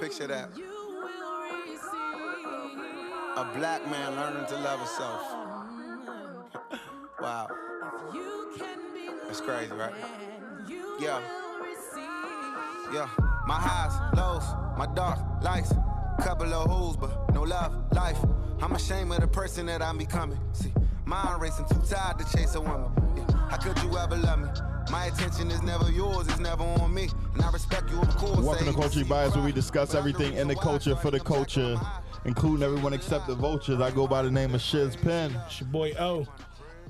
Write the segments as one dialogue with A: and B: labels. A: Picture that. A black man learning to love himself. wow. It's crazy, right? Yeah. Yeah. My highs, lows, my dark lights. Couple of hoes, but no love, life. I'm ashamed of the person that I'm becoming. See, mind racing, too tired to chase a woman. Yeah. How could you ever love me? My attention is never yours, it's never on me. And I respect you, of course.
B: Welcome to
A: Ain't
B: Culture
A: see
B: Bias, where we
A: why.
B: discuss
A: But I'm the
B: everything in the
A: reason why I
B: culture for
A: started
B: the
A: to
B: culture,
A: black out my eyes.
B: including everyone except the vultures. I go by the name of Shiz Penn.
C: It's your boy O.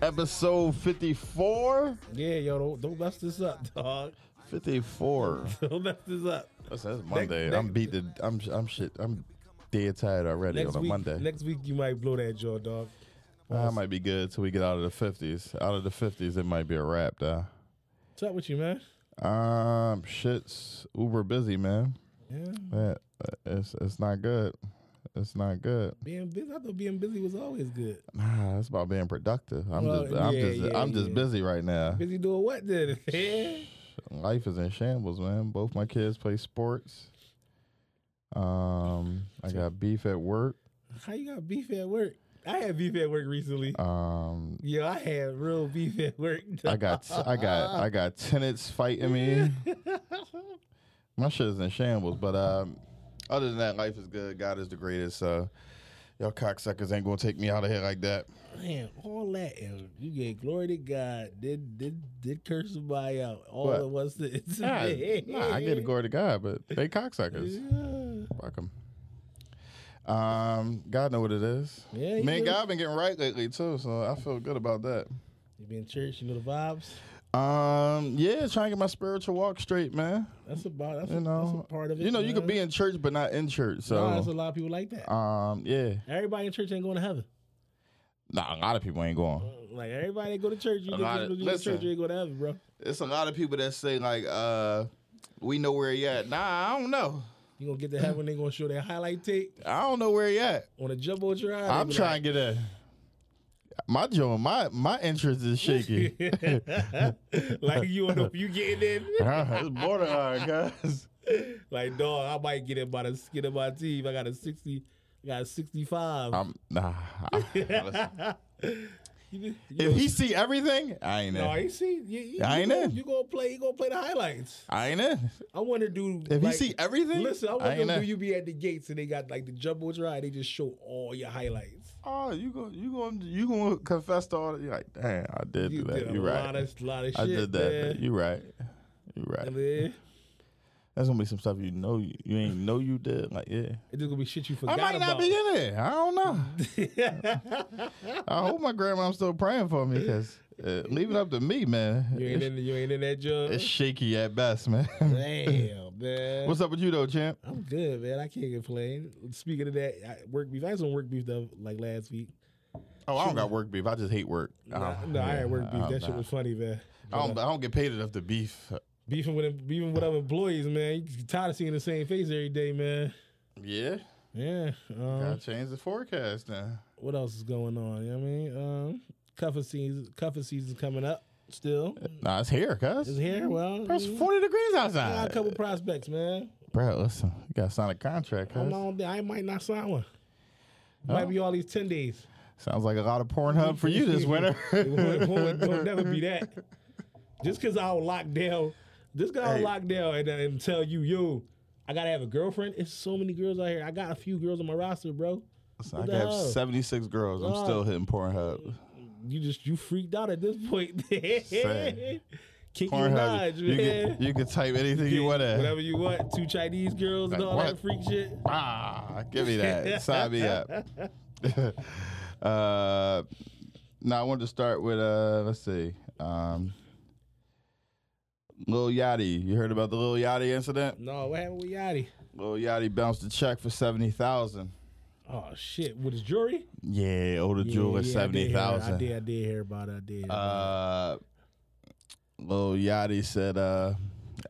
B: Episode 54?
C: Yeah, yo, don't, don't mess this up, dog.
B: 54.
C: Don't mess this up.
B: Listen, it's Monday.
C: next-
B: I'm beat the. I'm, I'm shit. I'm dead tired already
C: Next
B: on a
C: week,
B: Monday.
C: next week you might blow that jaw, dog.
B: I might be good till we get out of the 50s. Out of the 50s, it might be a wrap, though.
C: What's up with you, man?
B: Um, shit's uber busy, man.
C: Yeah,
B: Yeah, it's it's not good. It's not good.
C: being busy. I thought being busy was always good.
B: Nah, it's about being productive. I'm
C: Well,
B: just, I'm
C: yeah,
B: just,
C: yeah,
B: I'm just
C: yeah.
B: busy right now.
C: Busy doing what then? Yeah.
B: Life is in shambles, man. Both my kids play sports. Um, I got beef at work.
C: How you got beef at work? I had beef at work recently.
B: Um,
C: Yo, I had real beef at work.
B: I got, I got, I got tenants fighting me. My shit is in shambles, but um, other than that, life is good. God is the greatest. So, y'all cocksuckers ain't gonna take me out of here like that.
C: Man, all that and you gave glory to God. Did did did curse somebody out? All
B: What?
C: it was to it's
B: Nah, nah, I get the glory to God, but they cocksuckers.
C: Yeah.
B: Fuck 'em. Um, God know what it is.
C: Yeah, he
B: Me and
C: do.
B: God been getting right lately too, so I feel good about that.
C: You been in church, you know the vibes.
B: Um, yeah, trying to get my spiritual walk straight, man.
C: That's about that's,
B: You
C: a, that's
B: know,
C: a part of it.
B: You know, you could
C: man.
B: be in church but not in church.
C: Nah, there's a
B: So,
C: lot of people like that.
B: um, yeah,
C: everybody in church ain't going to heaven.
B: nah, a lot of people ain't going.
C: Like everybody that go to church, you
B: A
C: go
B: lot
C: to
B: of-
C: you go to
B: listen.
C: church, you ain't going to heaven, bro.
B: It's a lot of people that say like, uh, we know where he at. Nah, I don't know.
C: You gonna get to heaven, they gonna show that highlight tape
B: I don't know where he at.
C: on a jumbo drive.
B: I'm trying to get a. My joint, my my interest is shaky.
C: like you on the, you getting in.
B: it's borderline, guys.
C: Like, dog, I might get it by the skin of my teeth. I got a 60, I got a 65.
B: I'm nah. I- listen.
C: You be- you
B: if
C: know-
B: he see everything, I ain't in.
C: no, I ain't see. You, you,
B: I
C: you
B: ain't
C: gonna,
B: in.
C: You gonna play? You gonna play the highlights?
B: I ain't in.
C: I wonder, do
B: If
C: like,
B: he see everything,
C: Listen, I
B: ain't
C: wonder,
B: in.
C: do you be at the gates and they got like the jumbo drive? They just show all your highlights.
B: Oh, you go, you going you gonna confess to all that? You like, damn, I did
C: You
B: do that.
C: did a
B: you right.
C: lot of, lot of
B: I
C: shit.
B: did that.
C: Man.
B: You right. You right.
C: And then
B: That's gonna be some stuff you know you, you ain't know you did. Like, yeah.
C: it's just gonna be shit you
B: I
C: forgot
B: might not
C: about.
B: be in it. I don't know. I hope my grandma's still praying for me because uh, leave it up to me, man.
C: you ain't
B: It's,
C: in. You ain't in that jump.
B: it's shaky at best, man.
C: Damn, man.
B: What's up with you though, champ?
C: I'm good, man. I can't complain. Speaking of that, I, work beef. I had some work beef though, like last week.
B: Oh, I don't got work beef. I just hate work. I
C: Nah,
B: don't-
C: no, I
B: Oh, yeah,
C: had work
B: I
C: beef.
B: don't
C: That
B: know.
C: shit was funny, man. uh,
B: I don't, I don't get paid enough to beef.
C: Beefing with beefing with other employees, man. You tired of seeing the same face every day, man.
B: Yeah,
C: Yeah. Um,
B: gotta change the forecast now.
C: what else is going on? You know what I mean, um, cuffing season. Cuffing season's coming up. Still,
B: Nah, it's here,
C: is
B: cuz.
C: here. Well,
B: It's
C: mm,
B: 40 degrees
C: I got
B: outside.
C: a couple prospects, man.
B: Bro, listen, you gotta sign a contract,
C: I'm
B: cuz.
C: on. I might not sign one. Might
B: Oh.
C: be all these ten days.
B: Sounds like a lot of Pornhub for you this winter.
C: It won't, it won't- it won't never be that. Just because I'll lock down, just because
B: Hey.
C: I'll lock down and, and tell you, yo, I gotta have a girlfriend. It's so many girls out here. I got a few girls on my roster, bro.
B: Listen, I
C: What
B: could
C: the
B: have
C: hell?
B: 76 girls. I'm
C: Nah.
B: still hitting Pornhub.
C: You just you freaked out at this point.
B: Sad.
C: Kinky
B: Pornhub.
C: Minaj,
B: You
C: man.
B: can, you can type anything you
C: Yeah,
B: want to.
C: Whatever you want. Two Chinese girls and
B: Like,
C: all
B: what?
C: that freak shit.
B: Ah, give me that. Sign me up. uh, now I wanted to start with uh, let's see, um, Lil Yachty. You heard about the Lil Yachty incident?
C: No, what happened with Yachty?
B: Lil Yachty bounced a check for seventy thousand.
C: Oh shit. With his jewelry?
B: Yeah, older jeweler
C: Yeah, yeah, I did
B: seventy
C: hear- I
B: thousand.
C: did, I did hear about it. I did.
B: Uh, Lil Yachty said, uh,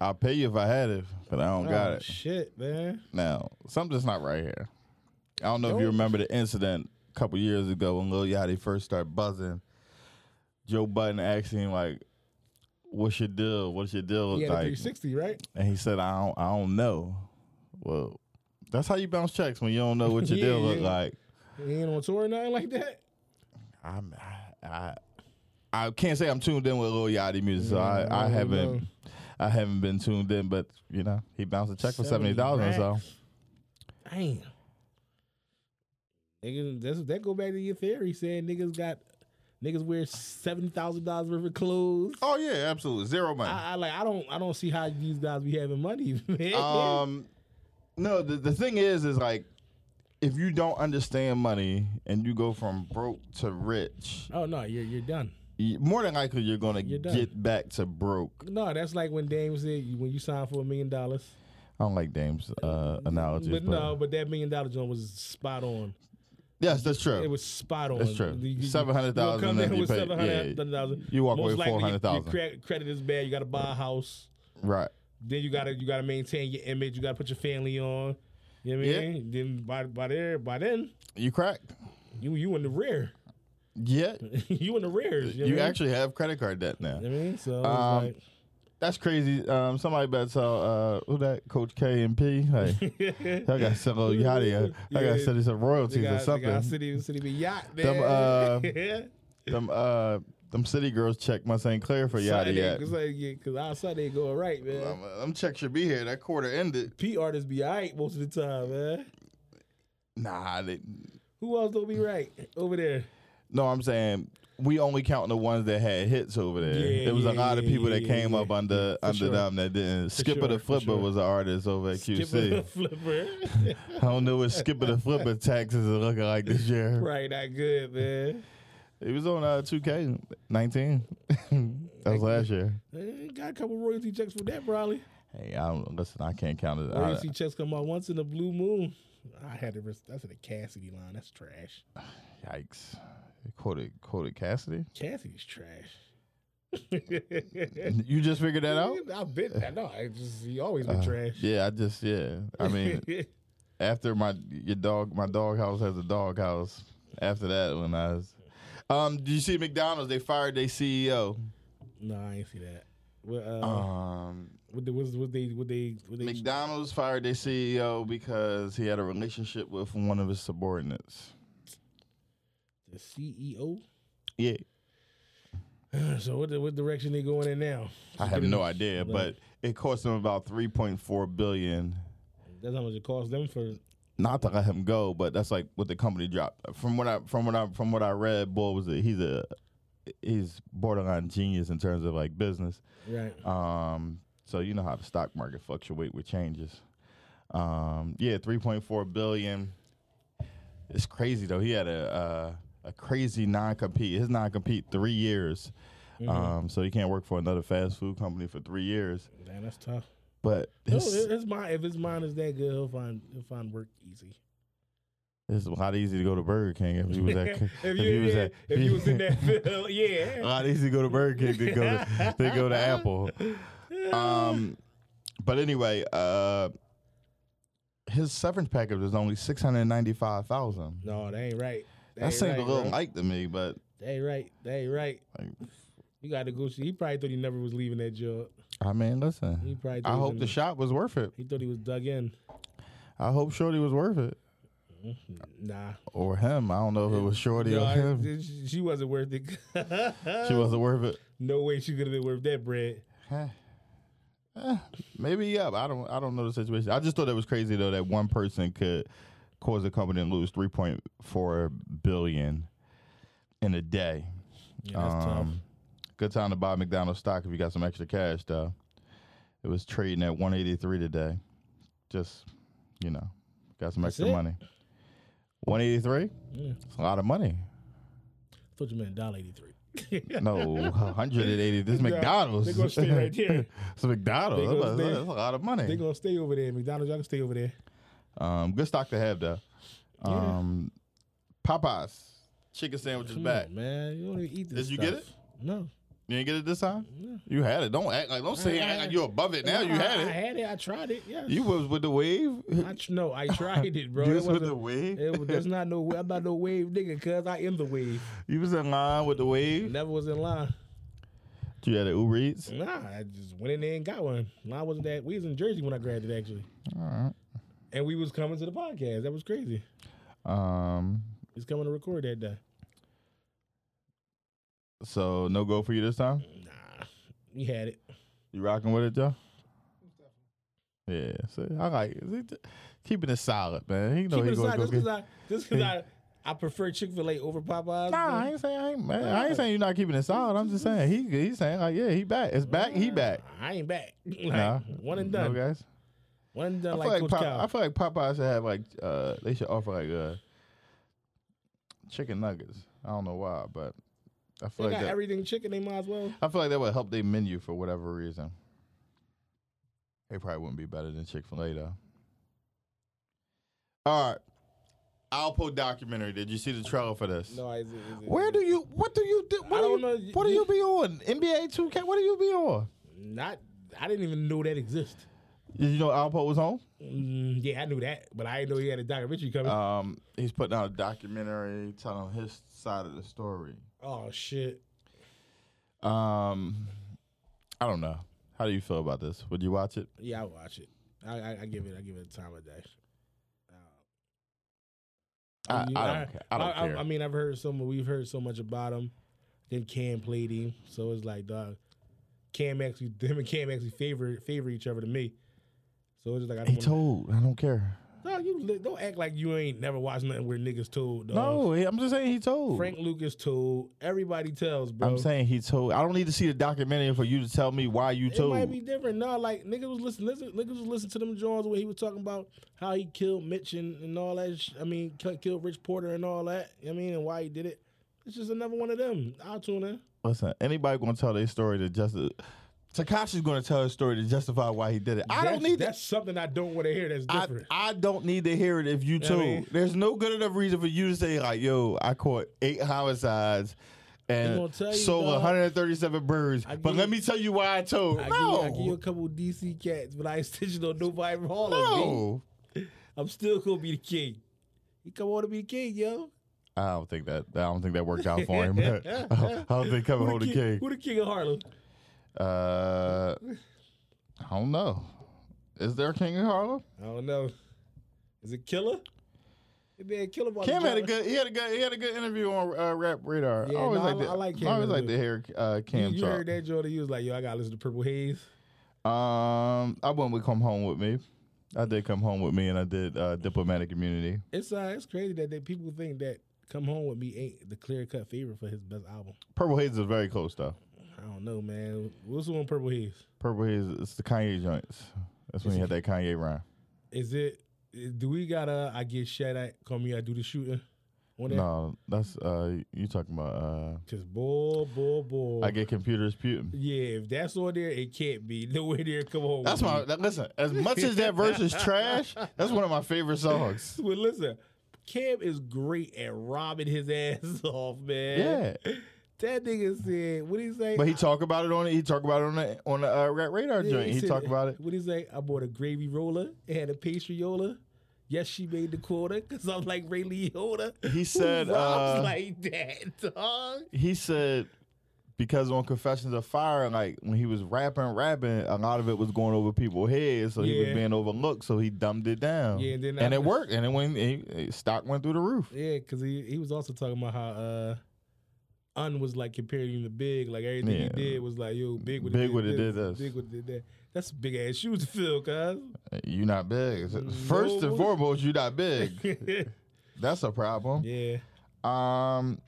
B: "I'll pay you if I had it, but I don't Uh, got
C: Oh,
B: it."
C: Shit, man.
B: Now, something's not right here. I don't know if you
C: Nope.
B: remember the incident a couple years ago when Lil Yachty first started buzzing. Joe Budden asked him like, "What's your deal? What's your deal?"
C: He had a
B: like,
C: 360, right?
B: and he said, "I don't, I don't know." Well, That's how you bounce checks when you don't know what your
C: Yeah,
B: deal look
C: yeah.
B: like.
C: You ain't on tour or nothing like that.
B: I'm, I, I, I can't say I'm tuned in with Lil Yachty music, so I, I
C: no,
B: haven't,
C: no.
B: I haven't been tuned in. But you know, he bounced a check for seventy dollars, so
C: racks. Damn. Niggas, that's, that go back to your theory saying niggas got niggas wear seven thousand dollars worth of clothes.
B: oh yeah, absolutely zero money.
C: I, I like I don't I don't see how these guys be having money, man.
B: um, no, the, the thing is, is like if you don't understand money and you go from broke to rich,
C: oh no, you're you're done.
B: y- more than likely you're gonna
C: You're done.
B: get back to broke.
C: No, that's like when Dame said you- when you sign for a million dollars.
B: I don't like Dame's uh, analogies,
C: But no, but that million dollar joint was spot on.
B: yes, that's true.
C: It was spot on.
B: That's true.
C: You- you-
B: $700,000
C: you'll come
B: and then
C: in
B: you
C: with
B: pay-
C: seven hundred thousand.
B: yeah, you walk away with $400,000.
C: Credit is bad. You got to buy a house.
B: right.
C: Then you gotta you gotta maintain your image. You gotta put your family on. You know what I
B: Yeah.
C: mean? Then by by there by then
B: You cracked.
C: you you in the rear.
B: Yeah.
C: you in the rears. You, know
B: You
C: what I mean?
B: actually have credit card debt now.
C: You know what I mean? So it's
B: Um,
C: like-
B: That's crazy. Um, somebody better tell uh, who that Coach K and P. Hey, I got send little yachty. I got to
C: Yeah.
B: send you some
C: they
B: royalties
C: got,
B: or
C: they
B: something.
C: got city city be yacht man.
B: Them, uh,
C: yeah.
B: Them uh, them city girls check my St. Clair for yachty.
C: Sunday,
B: yet.
C: Cause, like, yeah, 'cause outside they going right, man.
B: Um, uh, them checks should be here. That quarter ended.
C: P artists be alright most of the time, man.
B: Nah, they,
C: Who else don't be right over there?
B: no, I'm saying we only counting the ones that had hits over there.
C: Yeah,
B: there was a
C: yeah,
B: lot of
C: yeah,
B: people that
C: yeah,
B: came
C: yeah.
B: up under under
C: sure.
B: them that didn't. Skipper
C: sure,
B: the
C: for
B: Flipper
C: sure.
B: was an artist over at QC.
C: Skipper flipper.
B: I don't know what Skipper the Flipper taxes are looking like this year.
C: right, not good, man.
B: It was on uh, 2K19. that was last year.
C: Eh, Got a couple royalty checks for that, probably.
B: Hey, I don't listen. I can't count it.
C: Or
B: I,
C: you see checks come out once in a blue moon. I had to. Res- that's a Cassidy line. That's trash.
B: yikes! Quoted quoted Cassidy.
C: Cassidy's trash.
B: You just figured that out?
C: I've been that. No, I just he always been trash.
B: Yeah, I just yeah. I mean, after my your dog, my dog house has a dog house. After that, when I was, um, did you see McDonald's? They fired their E CEO.
C: no, I ain't see that. What, uh,
B: Um,
C: what, the, what, what they what they what they
B: McDonald's fired their CEO because he had a relationship with one of his subordinates.
C: the E CEO.
B: Yeah,
C: so what the, what direction they going in now?
B: I have no idea, but it cost him about three point four billion.
C: That's how much it cost them for.
B: Not to let him go, but that's like what the company dropped. From what I from what I from what I read, Bull was a, he's a he's borderline genius in terms of like business.
C: Right.
B: Um, so you know how the stock market fluctuate with changes. Um, yeah, three point four billion. It's crazy though. He had a a, a crazy non compete. His non compete three years.
C: Mm-hmm.
B: Um, so he can't work for another fast food company for three years.
C: Damn, that's tough.
B: But
C: No,
B: his,
C: it- his mind. If his mind is that good, he'll find he'll find work easy.
B: It's a lot easier to go to Burger King if you was at
C: if, you, yeah, if you was in that field, yeah.
B: a lot easier Oh, to go to Burger King than go to, than go to Apple. Um, but anyway, uh, his severance package was only six hundred ninety five thousand.
C: No, that ain't right.
B: That
C: ain't
B: seemed
C: right,
B: a little
C: bro.
B: light to me, but
C: That ain't right. That ain't right.
B: like,
C: You got to go. see- He probably thought he never was leaving that job.
B: I mean,
C: He
B: listen,
C: probably. Thought
B: I
C: he was
B: hope
C: in
B: the shot was worth it.
C: He thought he was dug in.
B: I hope Shorty was worth it,
C: Nah,
B: or him. I don't know if it was Shorty
C: No,
B: or
C: I-
B: him.
C: she- she wasn't worth it.
B: She wasn't worth it.
C: no way she could have been worth that bread.
B: Eh. Eh, Maybe yeah, but I don't I don't know the situation. I just thought it was crazy though that one person could cause a company to lose three point four billion in a day.
C: Yeah, that's
B: Um, Good time to buy McDonald's stock if you got some extra cash though. It was trading at one eighty three today. Just you know, got some
C: That's
B: extra
C: it?
B: money. One eighty three?
C: Yeah.
B: It's a lot of money.
C: tough. I thought you meant dollar eighty three.
B: No, hundred and eighty. This is McDonald's.
C: They gonna stay right there.
B: It's McDonald's.
C: They gonna
B: That's,
C: stay-
B: that's a lot of money.
C: They gonna stay over there. McDonald's, y'all can stay over there.
B: Um, good stock to have though. Um, Popeyes chicken sandwich is
C: Come
B: back.
C: on, man. You don't even eat this.
B: Did you get
C: stuff. No.
B: You didn't get it this time. You had it. Don't act like don't say you act like you're above it now. You
C: I,
B: had
C: I
B: it.
C: had it. I tried it. Yeah.
B: You was with the wave.
C: I tr- no, I tried it, bro.
B: you
C: It
B: was with
C: wasn't-
B: the wave.
C: It was, there's not no way. I'm not no wave nigga, cuz I am the wave.
B: You was in line with the wave.
C: Never was in line.
B: You had an Uber Eats.
C: Nah, I just went in there and got one. Line wasn't that. We was in Jersey when I grabbed it, actually. and we was coming to the podcast. That was crazy.
B: Um,
C: He's coming to record that day.
B: so no go for you this time.
C: Nah, we had it.
B: You rocking with it, Joe? Yeah, see, I like it. See, th- keeping it solid, man. He know
C: Keep
B: he
C: it
B: gonna
C: aside,
B: go
C: just because
B: get.
C: I, just because I, I prefer Chick Fil A over Popeyes.
B: Nah,
C: but-
B: I ain't saying I ain't, man, I ain't saying you're not keeping it solid. I'm just saying he he's saying like yeah, he back. It's back. He back.
C: I ain't back. Like,
B: Nah,
C: one and done.
B: No, guys.
C: One and done.
B: I feel
C: Like,
B: like,
C: Coach
B: Pop-
C: Cal.
B: I feel like Popeye should have like uh they should offer like uh chicken nuggets. I don't know why, but I
C: they
B: feel like
C: got
B: that,
C: everything chicken. They might as well.
B: I feel like that would help their menu for whatever reason. They probably wouldn't be better than Chick Fil A though. All right, Alpo documentary. Did you see the trailer for this?
C: No, is it, is it,
B: Where do you? What do you do? What
C: I
B: do
C: don't
B: you,
C: know.
B: What do you be on? NBA Two K. What do you be on?
C: not? I didn't even know that existed.
B: Did you know Alpo was on?
C: Mm, yeah, I knew that, but I didn't know he had a documentary coming.
B: Um, he's putting out a documentary telling his side of the story.
C: oh shit!
B: Um, I don't know. How do you feel about this? Would you watch it?
C: Yeah, I watch it. I, I, I give it. I give it a time of day.
B: I, I
C: You-
B: don't. ca- I don't care.
C: I, mean, I've heard so much. We've heard so much about him. Then Cam played him, so it's like, dog. Cam actually, him and Cam actually favor favor each other to me. So it's just like I
B: he
C: don't. wanna-
B: told. I don't care.
C: no, you li- don't act like you ain't never watched nothing where niggas told. Dog.
B: No, he- I'm just saying he told.
C: Frank Lucas told. Everybody tells, bro.
B: I'm saying he told. I don't need to see the documentary for you to tell me why you
C: It
B: told.
C: might be different. No, like niggas was listen, listen, niggas was listening to them Jones where he was talking about how he killed Mitch and, and all that. Sh- I mean, ki- killed Rich Porter and all that. I mean, and why he did it. It's just another one of them. I'll tune in.
B: Listen, anybody gonna tell their story to just Takashi's gonna tell his story to justify why he did it. I don't
C: That's-
B: need
C: That's
B: that.
C: something I don't want to hear. That's
B: I,
C: different.
B: I don't need to hear it if you
C: I
B: too.
C: mean-
B: There's no good enough reason for you to say like, "Yo, I caught eight homicides
C: gonna
B: and
C: tell you,
B: sold
C: dog.
B: 137 birds."
C: I
B: But
C: give
B: let
C: you-
B: me tell you why I told.
C: I,
B: no,
C: give, you- I give you a couple DC cats, but I ain't stitching on nobody from all of me.
B: no.
C: I'm still gonna be the king. He come on to be the king, yo.
B: I don't think that. I don't think that worked out for him. I don't- I don't think coming
C: Who
B: home
C: the,
B: to
C: king,
B: king.
C: who the king of Harlem?
B: Uh, I don't know. Is there a king in Harlem?
C: I don't know. Is it Killer? It be a Killer. about the
B: Kim had a
C: Jones.
B: good. He had a good. He had a good interview on uh, Rap Radar.
C: Yeah,
B: I always
C: no, I
B: like
C: li-
B: to,
C: I like Kim
B: always like to
C: interview.
B: hear uh,
C: You,
B: Kim
C: you
B: talk.
C: heard that, Jordan? You was like, yo, I gotta listen to Purple Haze.
B: Um, I went with Come Home With Me. I did Come Home With Me and I did uh, Diplomatic Immunity.
C: It's uh, it's crazy that, that people think that Come Home With Me ain't the clear cut favorite for his best album.
B: Purple Haze is very close though.
C: I don't know, man. What's the one Purple Haze?
B: Purple Haze it's the Kanye joints. That's when
C: Is
B: you
C: it-
B: had that Kanye rhyme.
C: Is it, do we gotta, I get shot at, call me, I do the shooting? On that?
B: No, that's uh you talking about uh
C: Cause boy, boy, boy.
B: I get computers putin'.
C: yeah, if that's on there, it can't be. Nowhere near Come Home
B: That's
C: With
B: my
C: Me.
B: that- listen, as much as that verse is trash, that's one of my favorite songs.
C: Well, listen, Cam is great at robbing his ass off, man.
B: Yeah.
C: That nigga said, what did he say?
B: But he
C: I-
B: talk about it on it. He talk about it on the on the uh, Rap Radar
C: Yeah,
B: joint. He
C: said-
B: talk about it.
C: What he say? I bought a gravy roller. It had a pastryola. Yes, she made the quarter because I'm like Ray Liotta.
B: He said,
C: Who robs
B: uh,
C: like that, dog.
B: he said because on Confessions of Fire, like when he was rapping, rapping, a lot of it was going over people's heads, so he was
C: Yeah.
B: being overlooked, so he dumbed it down.
C: Yeah, and then I-
B: it worked, and it went. He, he- stock went through the roof.
C: Yeah, because he, he was also talking about how uh, Un was like comparing him to Big. Like everything
B: Yeah.
C: he did was like, yo, Big would
B: Big would've did
C: did this,
B: this.
C: Big would did that. That's big ass shoes to fill, cuz.
B: You not big. First and
C: No.
B: foremost, you not big. That's a problem.
C: yeah.
B: Um,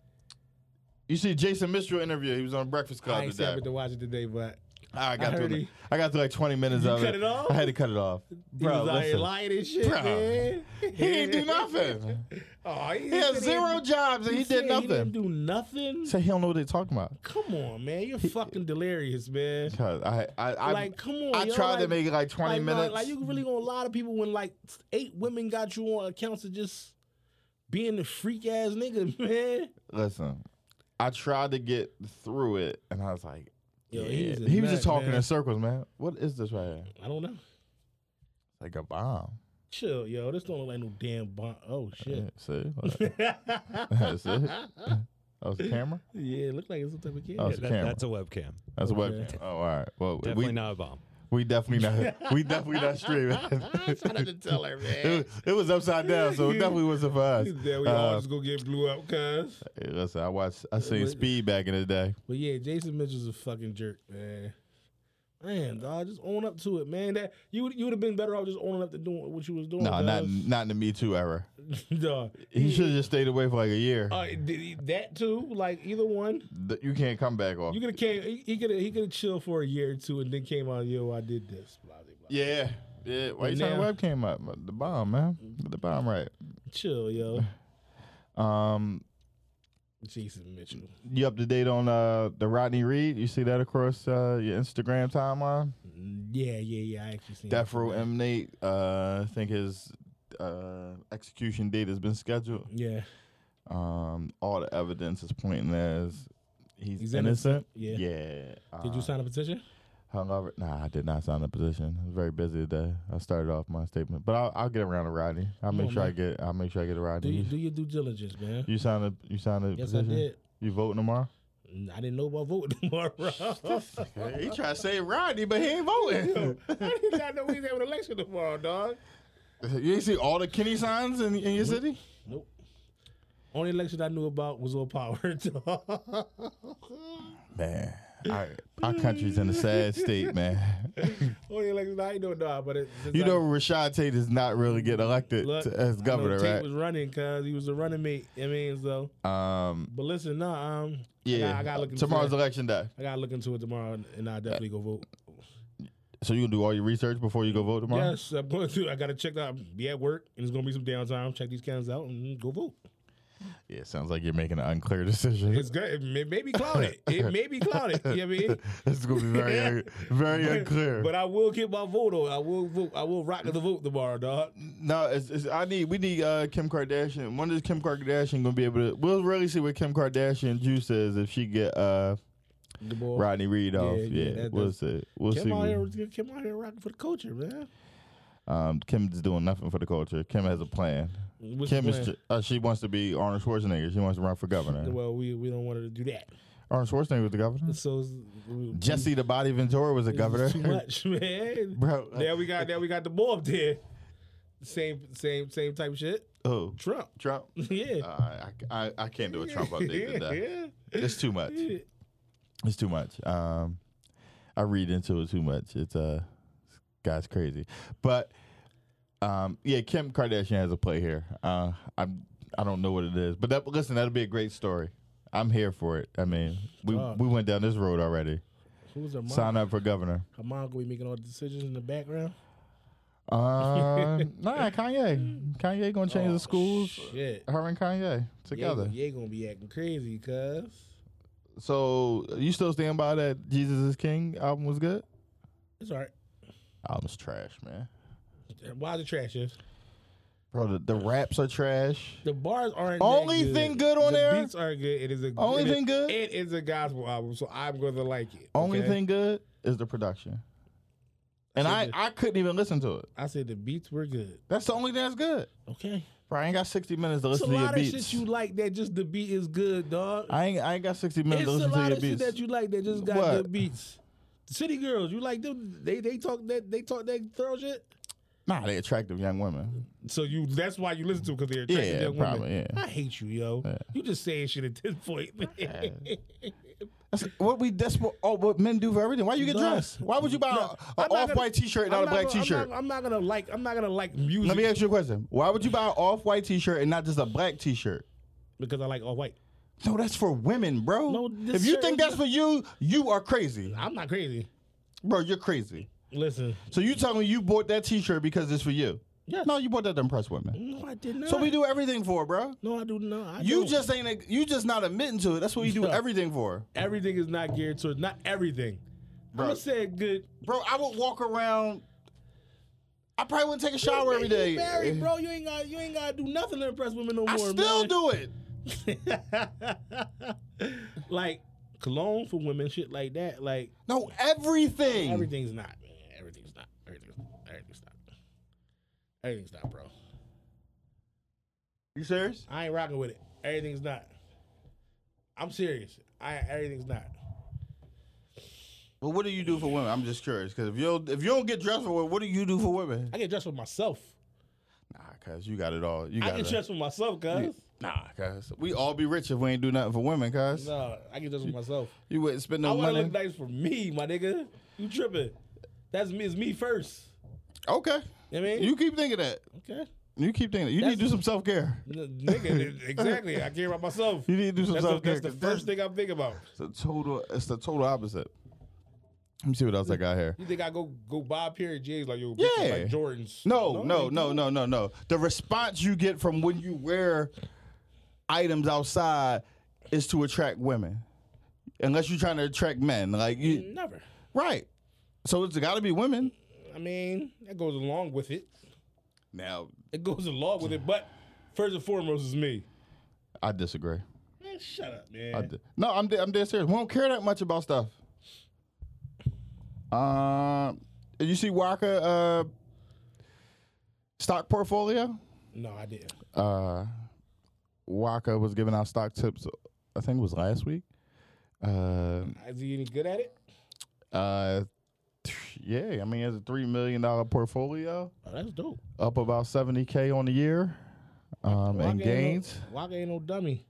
B: you see, Jason Mistral interview. He was on Breakfast
C: I
B: Club
C: ain't said
B: today.
C: to watch it today, but
B: I got
C: I
B: through.
C: heard
B: the-
C: he-
B: I got through like twenty minutes
C: You
B: of
C: cut
B: it.
C: it off?
B: I had to cut it off.
C: he
B: Bro,
C: was out here
B: listen.
C: lying and shit,
B: Bro.
C: man.
B: he didn't do nothing.
C: Oh, he,
B: He had
C: said
B: zero jobs and he
C: said
B: did nothing.
C: He didn't do nothing.
B: Say he don't know what they talking about.
C: Come on, man, you're fucking delirious, man.
B: Cause I, I, I
C: Like, come on.
B: I
C: yo,
B: tried to
C: like-
B: make it like twenty
C: like, nah,
B: minutes.
C: like, you really gonna lie to people when like eight women got you on accounts of just being a freak ass nigga, man.
B: Listen, I tried to get through it, and I was like,
C: Yo,
B: yeah.
C: he was a nut,
B: just talking
C: man.
B: in circles, man. What is this right here?
C: I don't know.
B: Like a bomb.
C: Chill, yo. This don't look like no damn bomb. Oh
B: Yeah.
C: shit.
B: See,
C: yeah,
B: that's it. That was a camera.
C: it looked like it's some type of kid.
B: Oh, it's a
D: That-
B: camera.
D: that's a webcam.
B: That's a
C: okay.
B: webcam. Oh, all right. Well,
D: Definitely
B: we
D: not a bomb.
B: We definitely not. We definitely not streaming.
C: I tried to tell her, man.
B: it, it was upside down, so it definitely wasn't for us.
C: Yeah, we all
B: Uh,
C: just gonna get blew up, cuz.
B: hey, listen, I watched. I seen
C: but-
B: Speed back in the day.
C: But yeah, Jason Mitchell's a fucking jerk, man. Man, dog, just own up to it, man. That you would you would have been better off just owning up to doing what you was doing.
B: No, not
C: cuz.
B: not in the Me Too era.
C: dog.
B: He should have just stayed away for like a year.
C: Uh, did he, that too? Like either one.
B: Th- You can't come back off.
C: You could have came. He, he could have. He could have chilled for a year or two, and then came out. Yo, I did this. Blah blah blah.
B: Yeah. Yeah, why you turn the
C: now-
B: webcam up? The bomb, man. Get The bomb, right?
C: Chill, yo.
B: Um,
C: Jason Mitchell.
B: you up to date on uh the Rodney Reed? You see that across uh, your Instagram timeline?
C: Yeah, yeah, yeah. I actually seen.
B: Death row inmate. Uh, I think his uh execution date has been scheduled.
C: Yeah,
B: Um, all the evidence is pointing as he's,
C: He's
B: innocent.
C: innocent, yeah.
B: Yeah. Uh,
C: did you sign a petition?
B: Hungover? Nah, I did not sign the petition. I was very busy today. I started off my statement, but I'll, I'll get around to Rodney. I'll make
C: on,
B: sure I
C: man.
B: get. I'll make sure I get a
C: Do
B: Rodney.
C: you
B: You,
C: do your due diligence, man?
B: you signed the. You signed the
C: Yes,
B: petition.
C: I did.
B: You voting tomorrow?
C: Mm, I didn't know about voting tomorrow.
B: he tried to say Rodney, but he ain't voting.
C: I did not know we was having an election tomorrow, dog.
B: you ain't see all the Kenny signs in, in your city?
C: Nope. Only election I knew about was on power. dog.
B: Man, our, our country's in a sad state, man.
C: Only election I know about, but it, since
B: You
C: I-
B: know, Rashad Tate does not really get elected
C: Look,
B: to, as
C: I know
B: governor,
C: Tate
B: right?
C: was running because he was a running mate. I mean, so.
B: um,
C: But listen, nah, um, I
B: yeah.
C: gotta, I gotta look into
B: Tomorrow's
C: it.
B: election day,
C: I gotta look into it tomorrow, and- and I definitely go vote.
B: so you can do all your research before you go vote tomorrow.
C: Yes, I'm going to. I gotta check out. Be at work, and there's gonna be some downtime. Check these cans out and go vote.
B: Yeah, it sounds like you're making an unclear decision.
C: It's good. It may, may be clouded. It may be clouded. You know what I mean?
B: It's gonna be very, un- very unclear.
C: But I will get my vote on. I will vote. I will rock the vote tomorrow, dog.
B: no, it's, it's, I need we need uh, Kim Kardashian. When is Kim Kardashian gonna be able to? We'll really see what Kim Kardashian juice is if she get uh,
C: The boy.
B: Rodney Reed off.
C: yeah,
B: Yeah,
C: that
B: we'll
C: does-
B: see. We'll
C: Kim out
B: see.
C: here, Kim out here rocking for the culture, man.
B: Um, Kim's doing nothing for the culture. Kim has a plan.
C: What's the
B: Kim is
C: plan?
B: ju- uh, she wants to be Arnold Schwarzenegger. She wants to run for governor.
C: Well, we we don't want her to do that.
B: Arnold Schwarzenegger was the governor.
C: So it's- we-
B: Jesse the Body Ventura was the
C: it's
B: governor.
C: Too much, man.
B: Bro,
C: There we got. There we got the boy up there. Same, same, same type of shit.
B: who?
C: Trump.
B: Trump.
C: Yeah.
B: Uh, I, I I can't do a Trump update today.
C: yeah.
B: It's too much.
C: yeah.
B: It's too much. Um, I read into it too much. It's uh, this guy's crazy. But um, yeah, Kim Kardashian has a play here. Uh, I'm I don't know what it is, but that, listen, that'll be a great story. I'm here for it. I mean, we
C: Dog.
B: we went down this road already.
C: Who's her mom?
B: Sign up for governor.
C: Her mom gonna be making all the decisions in the background.
B: Uh, nah, Kanye. Kanye gonna change the schools.
C: Oh, Shit.
B: Her and Kanye together.
C: Yeah, gonna be acting crazy, cuz.
B: So you still stand by that Jesus is King album was good?
C: It's all right.
B: Album's trash, man.
C: Why the trash is?
B: Bro, the, the raps are trash.
C: The bars aren't.
B: Only
C: that good.
B: thing good on
C: the
B: there-
C: Beats are good. It is a
B: Only
C: it is-
B: thing good?
C: It is a gospel album, so I'm gonna like it.
B: Only
C: okay?
B: thing good is the production. And I, I couldn't even listen to it.
C: I said the beats were good.
B: That's the only thing that's good.
C: Okay.
B: Bro, I ain't got 60 minutes to
C: It's
B: listen
C: a
B: to your
C: lot of
B: beats.
C: shit you like that just the beat is good, dog.
B: I ain't I ain't got 60 minutes
C: It's
B: to
C: a
B: listen to
C: lot
B: your
C: of shit
B: beats.
C: that you like that just got
B: What?
C: good beats. City girls, you like them? They they talk that they talk that thorough shit.
B: nah, they attractive young women.
C: So you that's why you listen to because they're attractive
B: Yeah,
C: young
B: probably,
C: women.
B: yeah.
C: I hate you, yo. You just saying shit at this point.
B: That's what we that's what oh, what men do for everything. Why you get
C: Nah.
B: dressed? Why would you buy
C: Nah,
B: an
C: I'm not
B: off-white
C: gonna-
B: t-shirt and
C: I'm
B: not a black
C: gonna- I'm
B: t-shirt?
C: not- I'm not gonna like. I'm not gonna like music
B: Let me ask you a question. Why would you buy an off-white t-shirt and not just a black t-shirt?
C: because I like all white.
B: No, that's for women, bro.
C: No, this
B: if you
C: shirt
B: think
C: was-
B: that's for you, you are crazy.
C: I'm not crazy.
B: Bro, you're crazy.
C: Listen,
B: So you telling me you bought that t-shirt because it's for you?
C: Yes.
B: No, you bought that to impress women.
C: no, I did not.
B: So we do everything for, bro.
C: No, I do not. I
B: You
C: don't.
B: just ain't a, you just not admitting to it. That's what you do
C: No.
B: everything for.
C: everything is not geared towards not everything.
B: Bro.
C: I'm gonna say it good.
B: Bro, I would walk around I probably wouldn't take a shower every
C: You
B: day.
C: married, bro. You ain't got. You ain't got to do nothing to impress women no
B: I
C: more.
B: still
C: man.
B: do it.
C: like cologne for women, shit like that. Like
B: No, everything.
C: everything's not, man. Everything's not. Everything's not. Everything's not. Everything's not, bro.
B: You serious?
C: I ain't rocking with it. Everything's not. I'm serious. I everything's not.
B: But what do you do for women? I'm just curious because if you don't- if you don't get dressed for women, what do you do for women?
C: I get dressed for myself.
B: Nah, cause you got it all. You
C: I
B: got
C: get
B: it.
C: dressed for myself, cuz.
B: Nah, cause we all be rich if we ain't do nothing for women, cuz
C: No, I get dressed for myself.
B: you wouldn't spend
C: I
B: no
C: want to
B: money.
C: look nice for me, my nigga. You tripping? That's me. It's me first.
B: okay,
C: You know what I mean,
B: you keep thinking that.
C: okay,
B: You keep thinking that. You need to do some self care.
C: N- nigga? exactly. I care about myself.
B: You need to do some
C: That's, the-
B: self care.
C: that's the first thing I'm thinking about.
B: It's the total. It's the total opposite. Let me see what else I got here.
C: You think I go go buy a pair of J's like yo, bitch,
B: Yeah.
C: like Jordans?
B: No, no,
C: ain't
B: no, no, no, no. The response you get from when you wear items outside is to attract women, unless you're trying to attract men. Like
C: doing-
B: you,
C: Never.
B: right? So it's got to be women.
C: I mean, that goes along with it.
B: Now
C: It goes along with it. But first and foremost is me.
B: I disagree.
C: Man, shut up,
B: I
C: man.
B: di- no, I'm de- I'm dead serious. We don't care that much about stuff. Um, you see Waka uh, stock portfolio.
C: No, I didn't.
B: uh, Waka was giving out stock tips. I think it was last week. Uh,
C: Is he any good at it?
B: uh, yeah, I mean, it's a three million dollar portfolio,
C: Oh, that's dope.
B: up about seventy k on the year, um, and
C: Waka ain't no-
B: gains.
C: Waka ain't no dummy.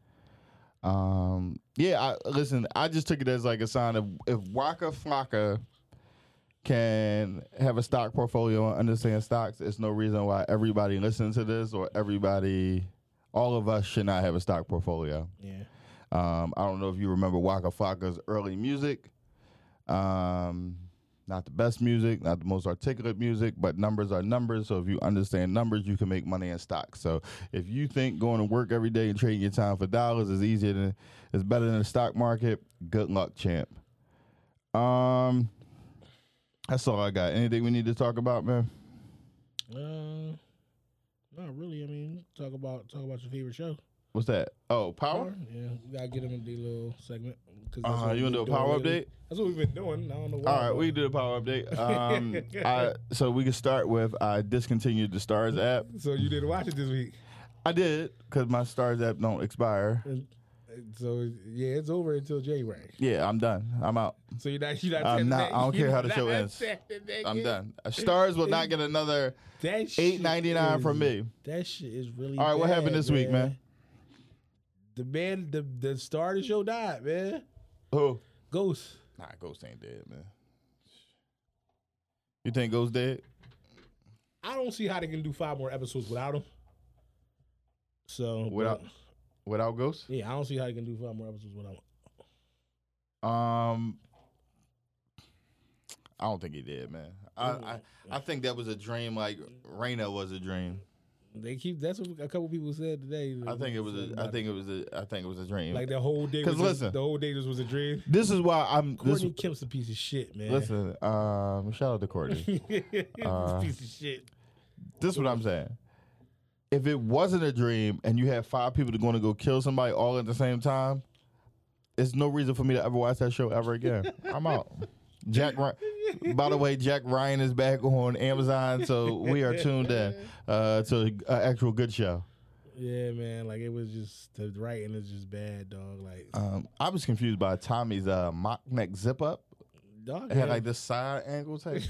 B: Um, yeah, I, listen, I just took it as like a sign of if Waka Flocka can have a stock portfolio and understand stocks, it's no reason why everybody listening to this or everybody, all of us should not have a stock portfolio.
C: Yeah.
B: Um, I don't know if you remember Waka Flocka's early music. Um, not the best music, not the most articulate music, but numbers are numbers. So if you understand numbers, you can make money in stocks. So if you think going to work every day and trading your time for dollars is easier than is better than the stock market, good luck, champ. Um, that's all I got. Anything we need to talk about, man?
C: Uh, not really. I mean, talk about talk about your favorite show.
B: What's that? Oh, power.
C: Yeah, we gotta get him a D little segment. 'cause that's
B: Uh,
C: what
B: you
C: we've
B: want to do a
C: been
B: power
C: doing
B: update?
C: lately. That's what we've been doing. I don't know. Why,
B: All right, we can do a power update. Um, I, so we can start with I discontinued the Stars app.
C: So you didn't watch it this week.
B: I did because my Stars app don't expire.
C: And- and So yeah, it's over until January.
B: Yeah, I'm done. I'm out.
C: So you're not. You're not.
B: I'm
C: touching
B: not-
C: that-
B: I don't
C: you're
B: care how the show
C: not
B: ends.
C: touching that
B: I'm
C: yet.
B: done. Stars will not get another
C: That shit
B: eight ninety nine from
C: is-
B: me.
C: That shit is really.
B: All right, what happened
C: bad,
B: this week, man?
C: The man, the the star of the show died, man.
B: Who?
C: Ghost.
B: Nah, Ghost ain't dead, man. You think Ghost dead?
C: I don't see how they can do five more episodes without him. So
B: Without-
C: but-
B: Without Ghost?
C: yeah, I don't see how they can do five more episodes without him.
B: Um, I don't think he did, man. I I, I think that was a dream. Like Reyna was a dream.
C: They keep. That's what a couple people said today.
B: I think it was a. I think it was a. I think it was a dream.
C: like the whole day.
B: 'Cause
C: was just-
B: listen.
C: the whole day just was a dream.
B: this is why I'm. This,
C: Courtney Kemp's a piece of shit, man.
B: listen, um, shout out to Courtney. Uh,
C: piece of shit.
B: this is what I'm saying. If it wasn't a dream and you had five people going to go kill somebody all at the same time, it's no reason for me to ever watch that show ever again. I'm out. Jack Ryan. By the way, Jack Ryan is back on Amazon, so we are tuned in uh, to an actual good show.
C: Yeah, man. Like it was just the writing is just bad, dog. Like
B: Um, I was confused by Tommy's uh, mock neck zip up.
C: dog.
B: It had
C: yeah.
B: like this side angle type.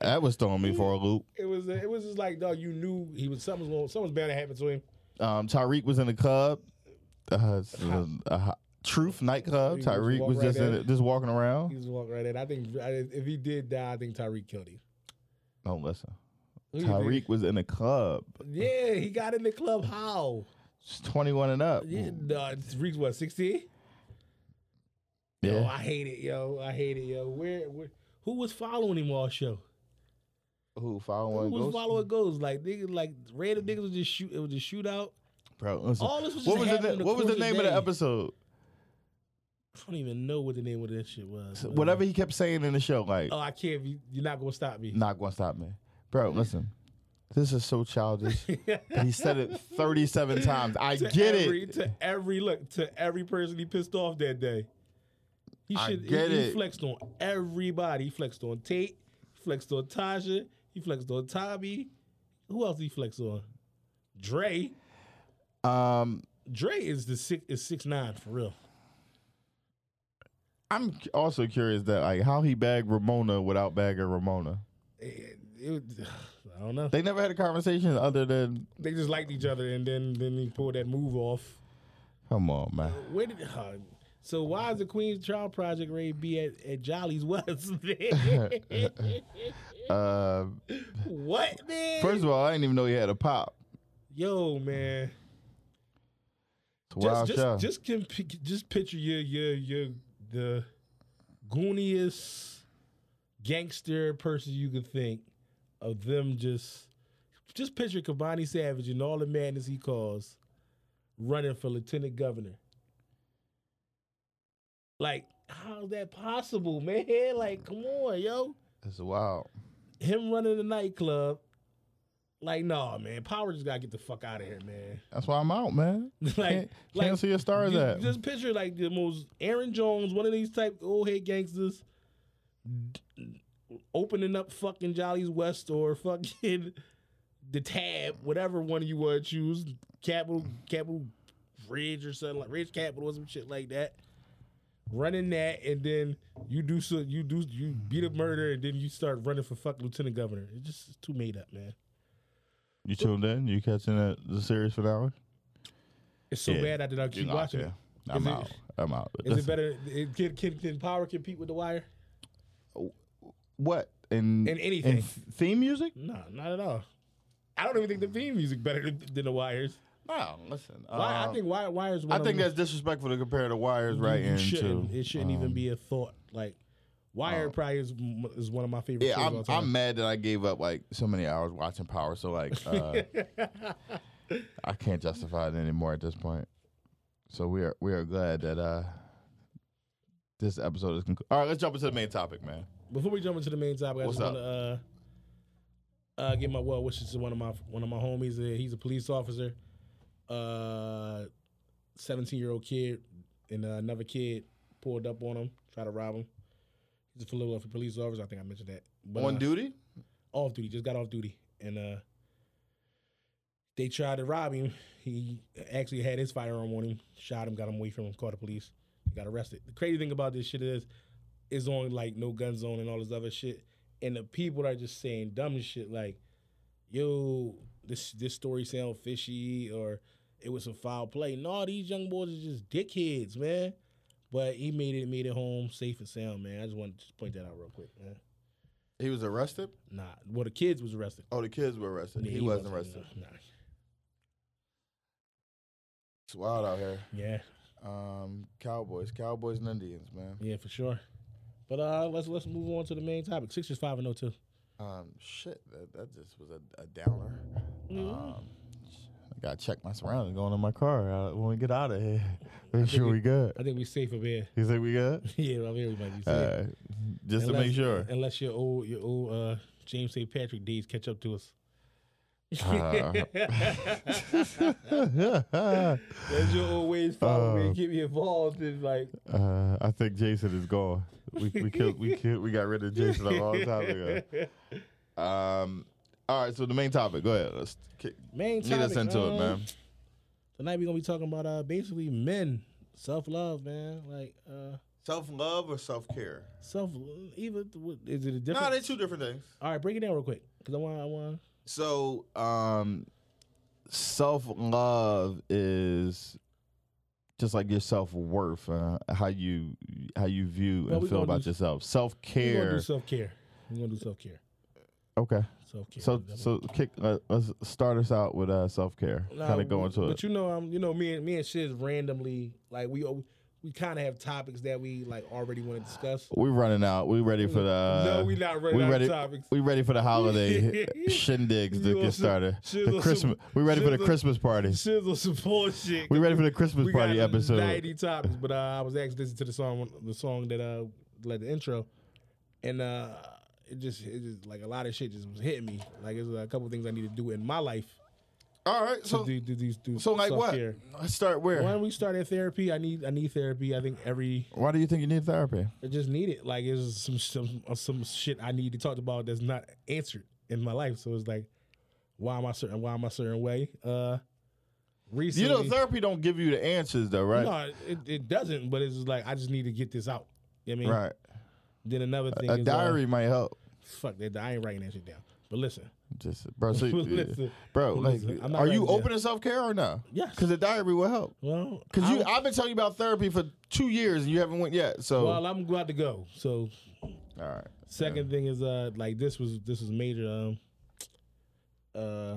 B: that was throwing me for a loop.
C: it was it was just like dog. You knew he was something's going. Something's bad that happened to him.
B: Um, Tyreek was in the club. Uh, s- uh, uh, Truth nightclub.
C: He just
B: Tyreek
C: walked
B: was
C: right
B: just in
C: in.
B: it, just walking
C: He
B: around.
C: just walked right in. I think I, if he did die, I think Tyreek killed him.
B: Oh, listen.
C: Who you think?
B: Tyreek was in the club.
C: Yeah, he got in the club. How?
B: It's 21 and up.
C: Yeah, no, Tyreek's what sixteen. Yo,
B: Yeah.
C: I hate it, yo. I hate it, yo. Where, where who was following him all show?
B: Who
C: Who
B: following
C: was
B: Ghost?
C: following goes? Like niggas like random niggas was just shoot it was a shootout.
B: Bro, listen.
C: All this was
B: What
C: just
B: was the,
C: happening
B: na-
C: in
B: what was the
C: course
B: name of the
C: day.
B: episode?
C: I don't even know what the name of that shit was.
B: Whatever he kept saying in the show, like,
C: Oh, I can't be you're not gonna stop me.
B: not gonna stop me. Bro, listen. This is so childish. but he said it 37 times. I
C: to
B: get
C: every,
B: it.
C: To every look, to every person he pissed off that day. He
B: I
C: should he-
B: get
C: he,
B: it.
C: flexed on everybody. He flexed on Tate, he flexed on Tasha, he flexed on Tommy. Who else he flexed on? Dre.
B: Um,
C: Dre is the six is six nine for real.
B: I'm c- also curious that like how he bagged Ramona without bagging Ramona.
C: It, Eh, it, I don't know.
B: They never had a conversation other than
C: They just liked each other, and then then he pulled that move off.
B: come on, man.
C: Where did? Uh, so why is the Queen's Trial Project Ray be at, at Jolly's West?
B: Uh,
C: what man?
B: first of all, I didn't even know he had a pop.
C: Yo man,
B: It's a
C: just
B: Mm. wild show.
C: just, just, can, just picture your your your the gooniest gangster person you could think of them just just picture Kabani Savage and all the madness he caused running for lieutenant governor. Like, how's that possible, man? Like, come on, yo
B: it's wild.
C: him running the nightclub. Like, nah, man, power just gotta get the fuck out of here, man.
B: That's why I'm out, man.
C: Like-
B: can't,
C: like,
B: can't see a star
C: Just-
B: that.
C: Just picture like the most Aaron Jones, one of these type old head gangsters, d- opening up fucking Jolly's West or fucking the Tab, whatever one you want to choose, Capital Capital Ridge or something like Ridge Capital or some shit like that. Running that, and then you do so, you do you beat a murder, and then you start running for fuck lieutenant governor. It's just too made up, man.
B: you tuned in? You catching the, the series finale?
C: It's so
B: Yeah.
C: bad I did not keep
B: Nah,
C: watching.
B: yeah.
C: it.
B: I'm
C: Is it-
B: out. I'm out.
C: Is it better? It, can, can, can Power compete with The Wire?
B: What? In,
C: In anything.
B: th- theme music?
C: No, not at all. I don't even think the theme music better than, than The Wires.
B: No, listen.
C: Why?
B: uh,
C: I think Wire, Wires.
B: I
C: one of
B: think
C: them-
B: that's disrespectful to compare the wires
C: you-
B: right Um,
C: you
B: into.
C: shouldn't, It shouldn't even be a thought. Like Wire probably is, m- is one of my favorite.
B: uh, Yeah,
C: shows of
B: I'm,
C: all time.
B: I'm mad that I gave up like so many hours watching Power. So like, uh, I can't justify it anymore at this point. So we are we are glad that uh, this episode is concluded. All right, let's jump into the main topic, man.
C: Before we jump into the main topic, I
B: What's
C: just
B: up?
C: want to uh, uh, give my well wishes to one of my one of my homies. Uh, he's a police officer. Uh, Seventeen year old kid and uh, another kid pulled up on him, tried to rob him. He's a full of police officer. I think I mentioned that. But,
B: On
C: uh,
B: duty.
C: off duty, just got off duty, and uh, they tried to rob him. He actually had his firearm on him, shot him, got him away from him, called the police, They got arrested. The crazy thing about this shit is, it's on like no gun zone and all this other shit, and the people are just saying dumb shit like, "Yo, this this story sound fishy," or "It was some foul play." No, these young boys are just dickheads, man. But he made it, made it home safe and sound, man. I just want to just point that out real quick, man.
B: He was arrested.
C: Nah, well, the kids was arrested.
B: Oh, the kids were arrested.
C: Yeah,
B: he, wasn't arrested.
C: no, no.
B: It's wild out here.
C: Yeah,
B: Um, Cowboys, Cowboys and Indians, man.
C: yeah, for sure. But uh, let's let's move on to the main topic. Sixers five and oh two.
B: Um, shit, that, that just was a, a downer.
C: Mm-hmm.
B: Um, I gotta check my surroundings going in my car uh, when we get out of here. Make sure we good.
C: I think we safe up here.
B: You think we good?
C: yeah, up here we might be safe.
B: Uh, just to
C: Unless-
B: make sure.
C: Unless your old your old uh, James St. Patrick days catch up to us.
B: uh,
C: As your old ways follow me, get me involved in like
B: Uh, I think Jason is gone. We we killed, we killed, we got rid of Jason a long time ago. Um, all right. So the main topic. Go ahead. Let's kick,
C: main
B: lead
C: topic.
B: us into
C: um,
B: it, man.
C: Tonight we're gonna be talking about uh basically men self love, man. Like uh
B: Self love or self care?
C: self even is it a
B: No,
C: different?
B: they're two different things.
C: All right, break it down real quick because I want I want.
B: So, um, self love is just like your self worth, uh, how you how you view
C: Well,
B: and
C: we
B: feel
C: gonna
B: about
C: do-
B: yourself. Self
C: We're gonna do
B: care.
C: self care. We're gonna do self care.
B: Okay.
C: Self care.
B: So so kick. Uh, let's start us out with uh, self care. kind of go into
C: but
B: it.
C: But you know, um, you know, me and me and Shiz randomly like we we kind of have topics that we like already want to discuss.
B: we running out. We ready for the.
C: no, we not running
B: we
C: out of
B: ready.
C: topics.
B: We ready for the holiday shindigs
C: You
B: to
C: know,
B: get started.
C: shit
B: The
C: on some-
B: Christmas. We ready for the
C: shit on-
B: Christmas party.
C: Shiz on some bullshit.
B: We ready for the Christmas
C: We
B: party
C: got
B: episode.
C: Ninety topics, but uh, I was actually listening to the song, the song that uh led the intro, and uh, it just it just like a lot of shit just was hitting me. Like it's a couple things I need to do in my life.
B: All right.
C: To
B: So
C: do, do, do, do
B: so like what?
C: self-care.
B: Let's start where.
C: When we started therapy, I need I need therapy. I think every
B: Why do you think you need therapy?
C: I just need it. Like it's some some uh, some shit I need to talk about that's not answered in my life. So it's like, why am I certain? Why am I certain way? Uh,
B: You
C: recently,
B: know, therapy don't give you the answers though, right?
C: no, it, it doesn't. But it's just like I just need to get this out. You know what I mean?
B: Right.
C: Then another thing
B: A
C: is uh,
B: diary might help.
C: fuck that. I ain't writing that shit down. But listen,
B: Just bro, so, uh,
C: Listen.
B: bro, like,
C: Listen, I'm not
B: are
C: right
B: you
C: there.
B: open to self care or no?
C: Yes.
B: because the diary will help.
C: well,
B: Because you,
C: I'm-
B: I've been telling you about therapy for two years and you haven't went yet. So
C: well, I'm glad to go. So
B: all right,
C: Second thing is uh like this was this was major um uh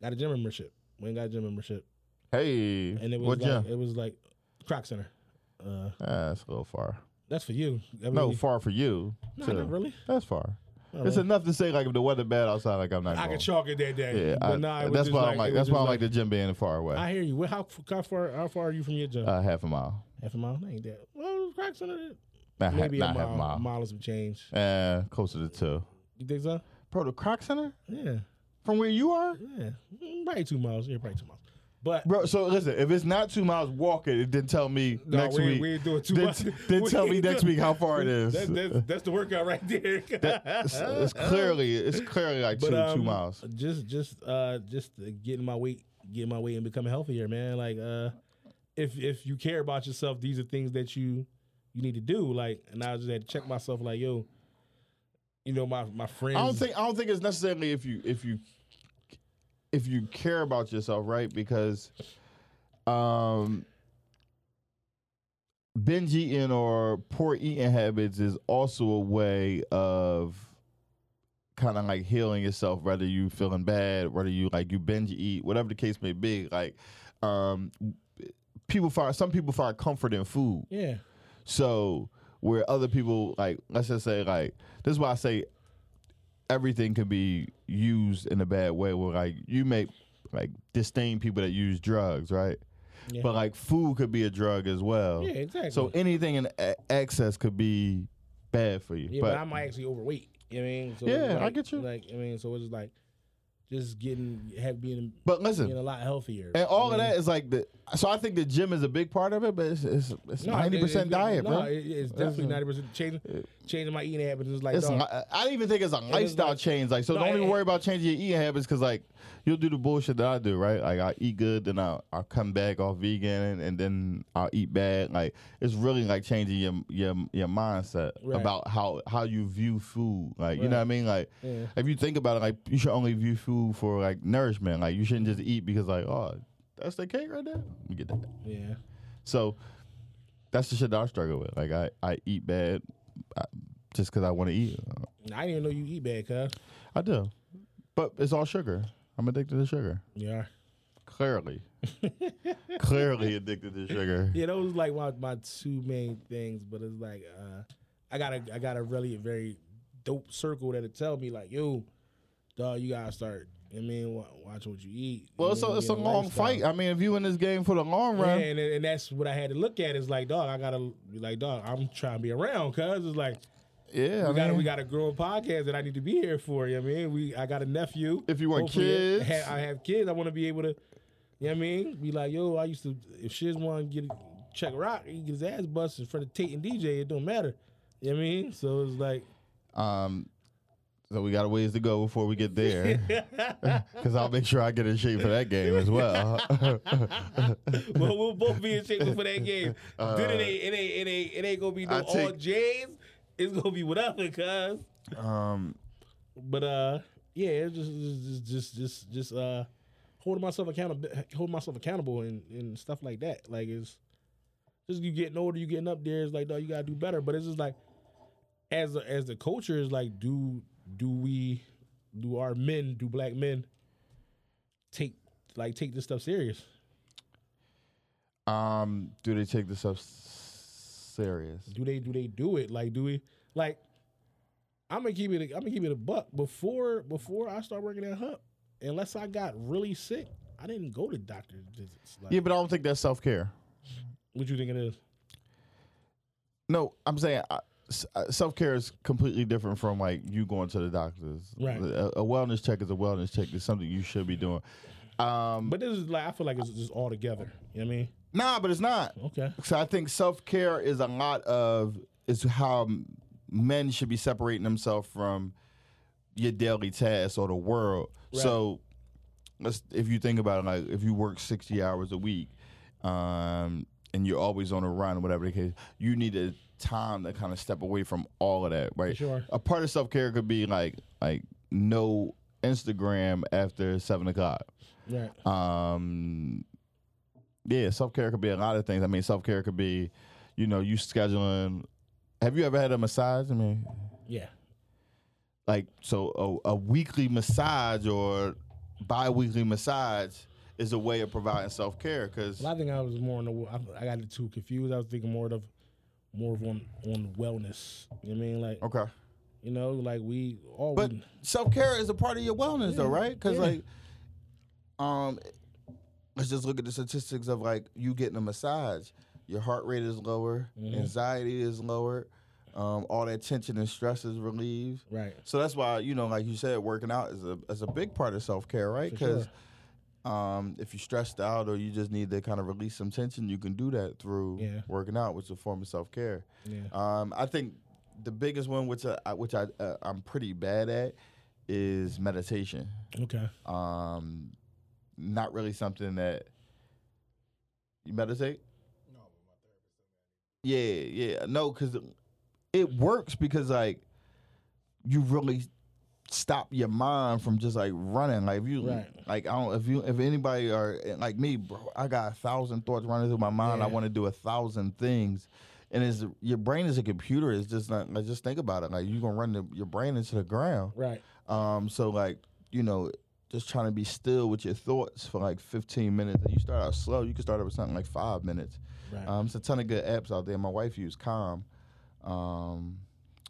C: got a gym membership. We ain't got a gym membership.
B: hey,
C: And it was
B: what
C: like uh,
B: gym?
C: it was like Croc Center. Uh
B: Ah, that's a little far.
C: that's for you. I mean,
B: No, far for you.
C: no,
B: too.
C: not really.
B: That's far.
C: Not
B: It's
C: really.
B: enough to say like if the weather bad outside, like I'm not.
C: I
B: going.
C: could chalk it that day.
B: Yeah,
C: but
B: I-
C: nah, it was
B: that's
C: just
B: why
C: like,
B: I'm
C: it
B: like.
C: was
B: That's
C: just
B: why I like the gym being far away.
C: I hear you. Well, how, f- how far how far are you from your gym?
B: uh, half a mile.
C: Half a mile? No, ain't that. Well, Croc Center
B: Not,
C: maybe
B: ha-
C: a
B: not half
C: mile,
B: a mile.
C: mile and some change.
B: Uh, closer to two.
C: You think so?
B: Bro, the Croc Center
C: Yeah,
B: from where you are.
C: yeah, Mm, probably two miles. Yeah, probably two miles. But
B: Bro, so listen, if it's not two miles walking, it then tell me
C: No,
B: next
C: we,
B: week.
C: We ain't doing too
B: then,
C: much.
B: then
C: We
B: tell me
C: ain't
B: next
C: doing-
B: week how far it is.
C: That, that's, that's the workout right there.
B: it's, it's clearly it's clearly like
C: But,
B: two two
C: um,
B: miles.
C: Just, just, uh, just uh, getting my weight, getting my weight, and becoming healthier, man. Like, uh, if if you care about yourself, these are things that you you need to do. Like, and I just had to check myself. Like, yo, you know, my my friends.
B: I don't think I don't think it's necessarily if you if you if you care about yourself, right? Because um binge eating or poor eating habits is also a way of kind of like healing yourself, whether you feeling bad, whether you like you binge eat, whatever the case may be. Like um people find some people find comfort in food.
C: Yeah,
B: So where other people like, let's just say like, this is why I say everything can be used in a bad way. Where like you make like disdain people that use drugs, right?
C: Yeah.
B: But like food could be a drug as well.
C: yeah, exactly.
B: So anything in a- excess could be bad for you.
C: Yeah, but,
B: but
C: I'm actually overweight. You know what I mean? So
B: Yeah,
C: it's
B: I
C: like-
B: get you.
C: Like, I mean, so it's just like just getting have being
B: but listen,
C: being a lot healthier.
B: and all
C: I mean,
B: of that is like the. So I think the gym is a big part of it, but it's it's it's
C: No, it-
B: ninety
C: it- it-
B: percent diet,
C: no,
B: bro.
C: it- it's definitely ninety percent changing changing my eating habits. It's like
B: It's
C: dog,
B: li- I don't even think it's a lifestyle
C: like-
B: change. Like, so
C: No,
B: don't
C: it-
B: even
C: it-
B: worry about changing your eating habits because, like, you'll do the bullshit that I do, right? Like, I eat good, then I'll, I'll come back off vegan, and, and then I'll eat bad. Like, it's really like changing your your your mindset
C: Right.
B: about how how you view food. Like, you know
C: Right.
B: what I mean? Like,
C: Yeah.
B: if you think about it, like, you should only view food for like nourishment. Like, you shouldn't just eat because, like, oh, that's the cake right there. Let me get that.
C: yeah,
B: So that's the shit that I struggle with. Like, I I eat bad. I, just because I want to eat.
C: I didn't even know you eat bad, cuz
B: I do. But it's all sugar. I'm addicted to sugar.
C: you are.
B: Clearly. Clearly addicted to sugar.
C: Yeah, those was like my, my two main things. But it's like uh, I got a I got a really very dope circle that'll tell me like, yo, dog, you gotta start. I mean, wa- watch what you eat. You
B: Well, it's
C: know,
B: a, it's a
C: get
B: long
C: lifestyle.
B: fight. I mean, if you in this game for the long
C: Yeah,
B: run,
C: and, and that's what I had to look at. Is like, dog, I gotta be like, dog, I'm trying to be around, cuz it's like
B: yeah, I
C: we got
B: mean,
C: we got a growing podcast that I need to be here for. You know what I mean, we I got a nephew.
B: If you want
C: Hopefully,
B: kids.
C: I have, I have kids. I want to be able to. You know what I mean? Be like, yo, I used to. If Shiz want to get check rock, he get his ass busted in front of Tate and DJ. It don't matter. You know what I mean? So it's like,
B: um, so we got a ways to go before we get there. Because I'll make sure I get in shape for that game as well.
C: well, we'll both be in shape for that game. then it ain't, it ain't, it ain't, it ain't gonna be no
B: Uh, I take-
C: all J's. It's gonna be whatever, cuz.
B: um,
C: But uh, yeah, it's just just just just just uh, holding myself accountable, holding myself accountable, and and stuff like that. Like it's just you getting older, you getting up there. It's like no, you gotta do better. But it's just like as a, as the culture is like, do do we do our men do black men take like take this stuff serious?
B: um, do they take this up s- serious?
C: Do they do they do it? Like do we like? I'm gonna keep it. I'm gonna keep it a buck. Before before I start working at Hump, unless I got really sick, I didn't go to doctor's visits. Like,
B: Yeah, but I don't think that's self care.
C: what you think it is?
B: No, I'm saying uh, s- uh, self care is completely different from like you going to the doctors.
C: Right.
B: A, a wellness check is a wellness check. It's something you should be doing. Um,
C: But this is like I feel like it's just all together. You know what I mean?
B: nah, but it's not.
C: Okay.
B: So I think self care is a lot of is how m- men should be separating themselves from your daily tasks or the world.
C: Right.
B: So let's if you think about it, like if you work sixty hours a week, um, and you're always on a run, whatever the case, you need a time to kind of step away from all of that, right?
C: Sure.
B: A part of self care could be like like no Instagram after seven o'clock.
C: Right.
B: Um, yeah, self care could be a lot of things. I mean, self care could be, you know, you scheduling. Have you ever had a massage? I mean,
C: Yeah.
B: like so a, a weekly massage or bi-weekly massage is a way of providing self-care because
C: Well, I think I was more on the. I, I got the two confused. I was thinking more of, more of on on wellness. You know what I mean, like
B: okay
C: you know, like we all.
B: but
C: we-
B: self-care is a part of your wellness though
C: Yeah,
B: right because
C: yeah.
B: like um let's just look at the statistics of like you getting a massage your heart rate is lower
C: Mm-hmm.
B: anxiety is lower um, all that tension and stress is relieved
C: right.
B: So that's why you know, like you said, working out is a is a big part of self care, right?
C: For
B: Because um, if you're stressed out or you just need to kind of release some tension, you can do that through
C: Yeah.
B: working out, which is a form of self care.
C: Yeah.
B: Um, I think the biggest one, which uh, I, which I uh, I'm pretty bad at, is meditation.
C: Okay.
B: Um, not really something that you meditate. Yeah, yeah, no, because it works because like you really stop your mind from just like running. Like if you
C: Right.
B: like I don't if you if anybody are like me, bro, I got a thousand thoughts running through my mind. I
C: Yeah.
B: want to do a thousand things. And it's your brain is a computer. It's just not like just think about it. Like you're gonna run the, your brain into the ground.
C: Right.
B: Um, so like, you know, just trying to be still with your thoughts for like 15 minutes. And you start out slow. You can start out with something like five minutes.
C: Right.
B: Um, it's a ton of good apps out there. My wife used Calm, um,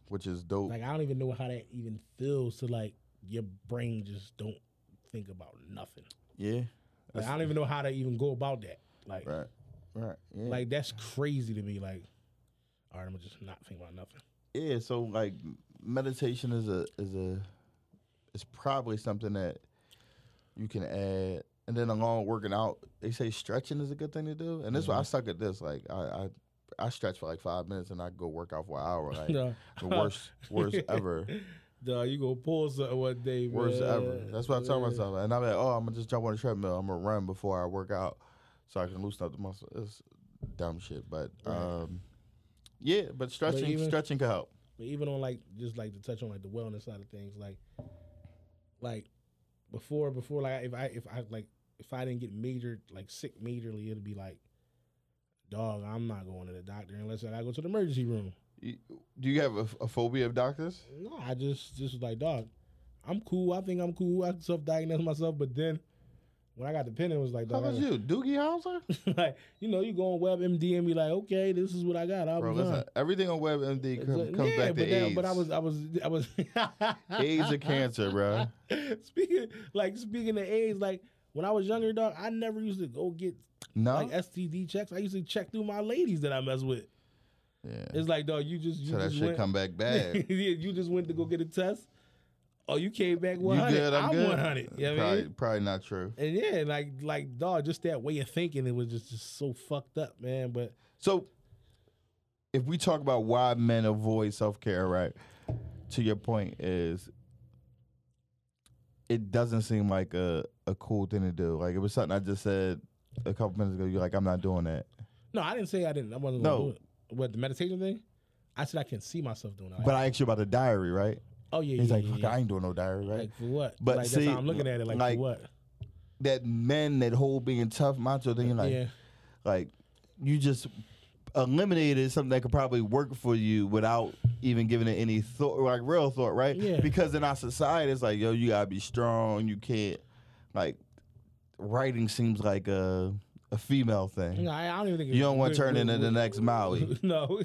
B: which is dope.
C: like I don't even know how that even feels to like your brain just don't think about nothing.
B: yeah.
C: Like, I don't even know how to even go about that. Like
B: Right. Right. Yeah.
C: like that's crazy to me. Like, all right, I'm gonna just not think about nothing.
B: yeah. So like, meditation is a is a is probably something that you can add. And then along with working out, they say stretching is a good thing to do. And this
C: Mm-hmm.
B: why I suck at this. Like I, I I stretch for like five minutes and I go work out for an hour. Like
C: No.
B: the worst worst ever.
C: Duh, you gonna pull something one day,
B: Worst
C: man.
B: ever. That's what I tell
C: Yeah.
B: myself. And I'm like, oh, I'm gonna just jump on the treadmill. I'm gonna run before I work out, so I can loosen up the muscle. It's dumb shit, but um, yeah. But stretching,
C: even-
B: stretching can help.
C: But even on like just like to touch on like the wellness side of things, like like before before like if I if I like if I didn't get major like sick majorly, it'd be like, dog, I'm not going to the doctor unless I gotta go to the emergency room.
B: You- Do you have a, a phobia of doctors?
C: No, I just just was like, dog, I'm cool. I think I'm cool. I self diagnose myself, but then when I got the pen, it was like,
B: How
C: dog,
B: about you, Doogie Howser?
C: like you know, you go on WebMD and be like, okay, this is what I got. I'll
B: Bro,
C: be
B: listen.
C: fine.
B: Everything on WebMD
C: It's
B: com-
C: like,
B: comes
C: yeah,
B: back
C: but,
B: to
C: that-
B: AIDS.
C: but I was, I was, I was.
B: AIDS or cancer, bro.
C: speaking like speaking of AIDS, like when I was younger, dog, I never used to go get
B: No.
C: like STD checks. I used to check through my ladies that I mess with.
B: yeah.
C: It's like, dog, you just you
B: So that
C: just
B: shit
C: went,
B: come back bad.
C: yeah, you just went to go get a test. Oh, you came back
B: you
C: 100.
B: good? I'm, good.
C: 100. You know what I
B: probably,
C: mean?
B: probably not true.
C: And yeah, like like dog, just that way of thinking, it was just, just so fucked up, man. But
B: So, if we talk about why men avoid self care, right? To your point is, it doesn't seem like a a cool thing to do. Like it was something I just said a couple minutes ago. You're like, I'm not doing that.
C: no, I didn't say I didn't. I wasn't
B: No.
C: gonna do it. What the meditation thing? I said I can see myself doing that.
B: But I asked you about the diary, right?
C: oh yeah,
B: He's
C: yeah,
B: like,
C: yeah,
B: Fuck,
C: yeah.
B: I ain't doing no diary, right?
C: Like for what?
B: But
C: like
B: see,
C: that's how I'm looking at it. Like,
B: like,
C: for what?
B: that men, that whole being tough macho thing. Like,
C: yeah,
B: like you just eliminated something that could probably work for you without even giving it any thought like real thought right
C: Yeah.
B: because in our society it's like yo you gotta be strong you can't like writing seems like a a female thing
C: no, I, I don't even think
B: you don't want
C: with-
B: to turn
C: with-
B: into the
C: with-
B: next maui
C: no,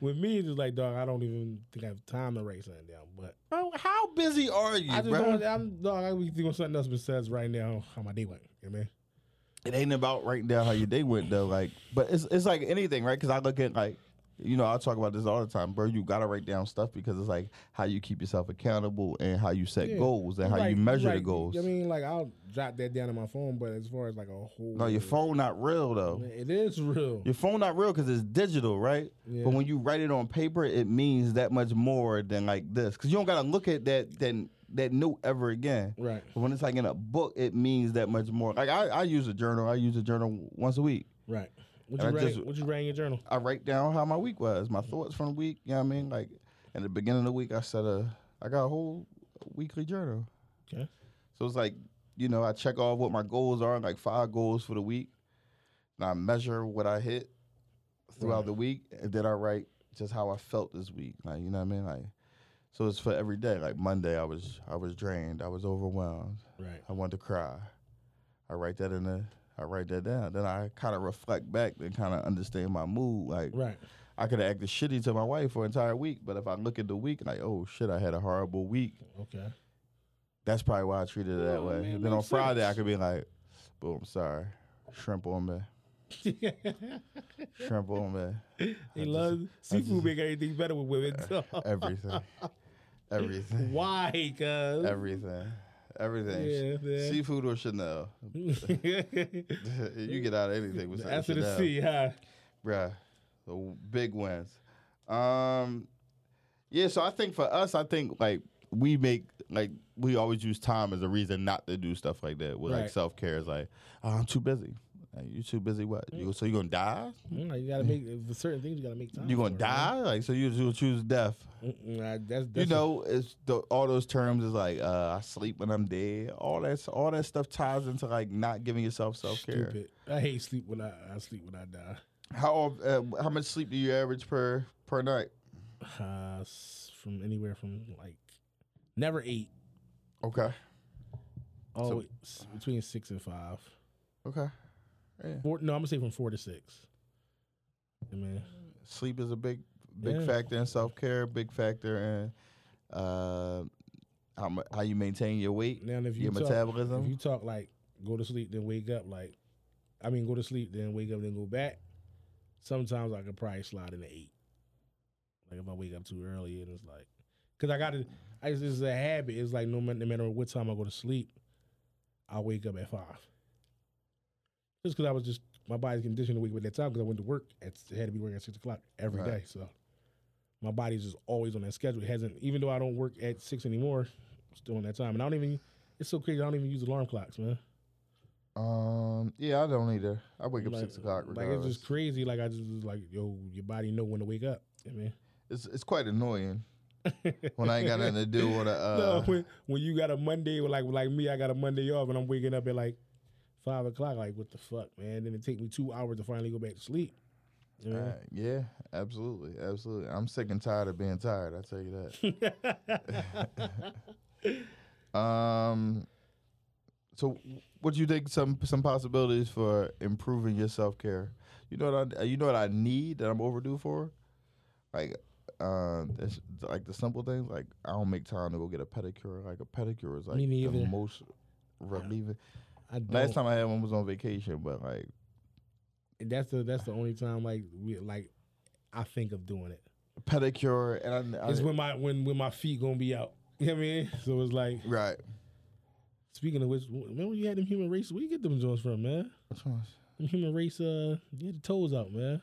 C: with me it's just like dog. I don't even think I have time to write something down. But
B: bro how busy are you
C: I just
B: bro
C: don't. I'm dog. I be thinking of something else besides right now how my day went. You know what I mean?
B: it ain't about writing down how your day went though. Like, but it's it's like anything, right? Because I look at like, you know, I talk about this all the time, bro. You gotta write down stuff because it's like how you keep yourself accountable and how you set
C: Yeah.
B: goals and how
C: Like-
B: you measure the
C: like,
B: goals.
C: I mean, like I'll jot that down on my phone, but as far as like a whole,
B: no, your phone not real though.
C: it is real.
B: Your phone not real because it's digital, right?
C: Yeah.
B: But when you write it on paper, it means that much more than like this because you don't gotta look at that then that note ever again.
C: Right.
B: But when it's like in a book, it means that much more. Like I, I use a journal. I use a journal once a week.
C: Right. What you,
B: And I
C: write,
B: just-
C: what you write in your journal?
B: I write down how my week was, my thoughts from the week. You know what I mean? Like in the beginning of the week, I said, uh, I got a whole weekly journal.
C: Okay.
B: So it's like, you know, I check off what my goals are, like five goals for the week. And I measure what I hit throughout
C: Right.
B: the week. And then I write just how I felt this week. Like, you know what I mean? Like, so it's for every day. Like Monday, I was I was drained. I was overwhelmed.
C: Right.
B: I wanted to cry. I write that in the I write that down. Then I kind of reflect back and kind of understand my mood. Like
C: Right.
B: I could have acted shitty to my wife for an entire week, but if I look at the week, like oh shit, I had a horrible week.
C: Okay.
B: That's probably why I treated it that
C: Oh,
B: way.
C: man,
B: then on
C: makes
B: Friday, I
C: sense.
B: could be like, boom, sorry, shrimp on me, shrimp on me,
C: he
B: just-
C: loves
B: just-
C: seafood. Make everything better with women.
B: everything, everything,
C: Why, cuz?
B: everything, everything.
C: Yeah, man.
B: Seafood or Chanel, you get out of anything with
C: After the
B: Chanel.
C: sea, huh?
B: bruh. The w- big wins. Um, yeah. So I think for us, I think like we make like we always use time as a reason not to do stuff like that. With like
C: Right.
B: self care is like, oh, I'm too busy. Like, you too busy. What? You, so you gonna die?
C: Mm, like, you gotta make for certain things. You gotta make time.
B: You gonna
C: for, man.
B: die? Like so you you choose death?
C: Mm-mm, I- that's, that's
B: you know, it's the, all those terms is like uh, I sleep when I'm dead. All that all that stuff ties into like not giving yourself self care.
C: stupid. I hate sleep when I, I sleep when I die.
B: How of- uh, how much sleep do you average per per night?
C: Uh, s- from anywhere from like never eight.
B: Okay.
C: Oh, s between six and five.
B: Okay. Yeah.
C: Four, no, I'm gonna say from four to six. Yeah, man.
B: sleep is a big big
C: Yeah.
B: factor in self care, big factor in uh, how mu- how you maintain your weight,
C: Now if you
B: your
C: talk,
B: metabolism.
C: if you talk like go to sleep then wake up like, I mean go to sleep then wake up then go back. Sometimes I could probably slide in the eight. Like if I wake up too early and it's like, cause I got to. I just it's a habit. It's like no matter no matter what time I go to sleep, I wake up at five. Just cause I was just my body's conditioned to wake up at that time because I went to work. At, it had to be working at six o'clock every day.
B: Right.
C: so my body's just always on that schedule. It hasn't even though I don't work at six anymore, it's still on that time. And I don't even. It's so crazy. I don't even use alarm clocks, man.
B: um, yeah, I don't either. I wake up
C: Like-
B: six o'clock.
C: Like
B: Regardless.
C: it's just crazy. Like I just was like, yo, your body know when to wake up. I mean,
B: it's, it's quite annoying when I ain't got nothing to do on a
C: no,
B: uh,
C: when, when you got a Monday, like like me, I got a Monday off, and I'm waking up at like five o'clock. Like what the fuck, man? Then it take me two hours to finally go back to sleep. You know?
B: uh, yeah, absolutely, absolutely. I'm sick and tired of being tired. I tell you that. um, so what do you think? Some some possibilities for improving your self care. You know what I uh, you know what I need that I'm overdue for, like uh, it's like the simple things. Like I don't make time to go get a pedicure. Like a pedicure is like
C: Me
B: the
C: neither.
B: most relieving.
C: I don't,
B: Last time I had one was on vacation, but like
C: that's the that's the only time like we like I think of doing it.
B: pedicure and I, I
C: It's when my when when my feet gonna be out. You know what I mean? So it's like
B: right.
C: speaking of which, remember you had them human race? Where you get them joints from, man?
B: Which ones?
C: Them human race, uh, get the toes out, man.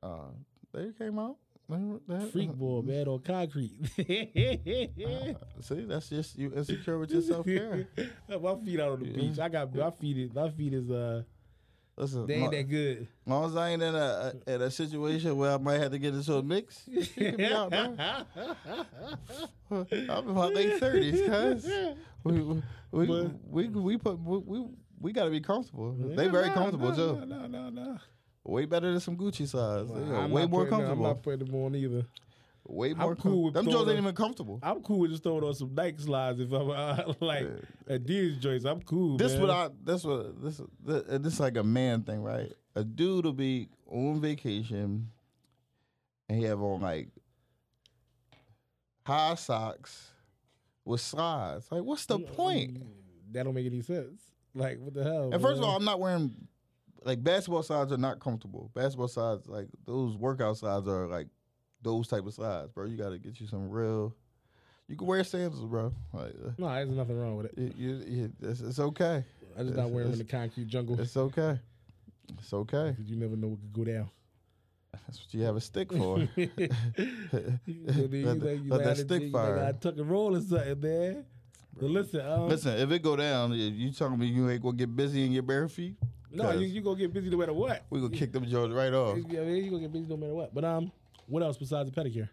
B: Uh, they came out. They, were- they,
C: Freak ball, man, on concrete. Uh-huh.
B: Uh, see, that's just you insecure with your self care.
C: my feet out on the beach. I got my feet. Is, my feet is uh,
B: Listen,
C: they ain't
B: lo-
C: that good.
B: long as I ain't in a, a in a situation where I might have to get into a mix, you can be out, bro. I'm in my late thirties, cuz we we, we
C: But-
B: we we put we. we we gotta be comfortable. They
C: Yeah,
B: very
C: nah,
B: comfortable
C: nah,
B: too.
C: nah, nah, nah.
B: Way better than some Gucci size. They are
C: I'm
B: way
C: not
B: more
C: putting them-
B: comfortable.
C: I'm not putting them on either.
B: way more comfortable.
C: cool with
B: Them Joes
C: throwing
B: ain't even comfortable.
C: I'm cool with just throwing on some Nike slides if I'm uh, like Adidas joints. I'm cool.
B: This
C: man.
B: what I. This what this. This, and this like a man thing, right? A dude will be on vacation, and he have on like high socks with slides. Like, what's the point?
C: that don't make any sense. Like what the hell?
B: And first of
C: man?
B: all, I'm not wearing like basketball slides are not comfortable. Basketball slides, like those workout slides, are like those type of slides, bro. You got to get you some real. You can wear sandals, bro. Like, uh,
C: no, there's nothing wrong with it.
B: you, you, you, it's, it's okay.
C: I just not wearing them in the concrete jungle
B: It's okay. It's okay.
C: because you never know what could go down.
B: That's what you have a stick for.
C: Let
B: Let the- let that stick fire.
C: I took a roll or something, man. But listen, um,
B: Listen, if it go down, if you telling me you ain't gonna get busy in your bare feet?
C: No, you, you gonna get busy no matter what.
B: we gonna kick them Jones right off.
C: You, I mean, you gonna get busy no matter what. But um, what else besides the pedicure?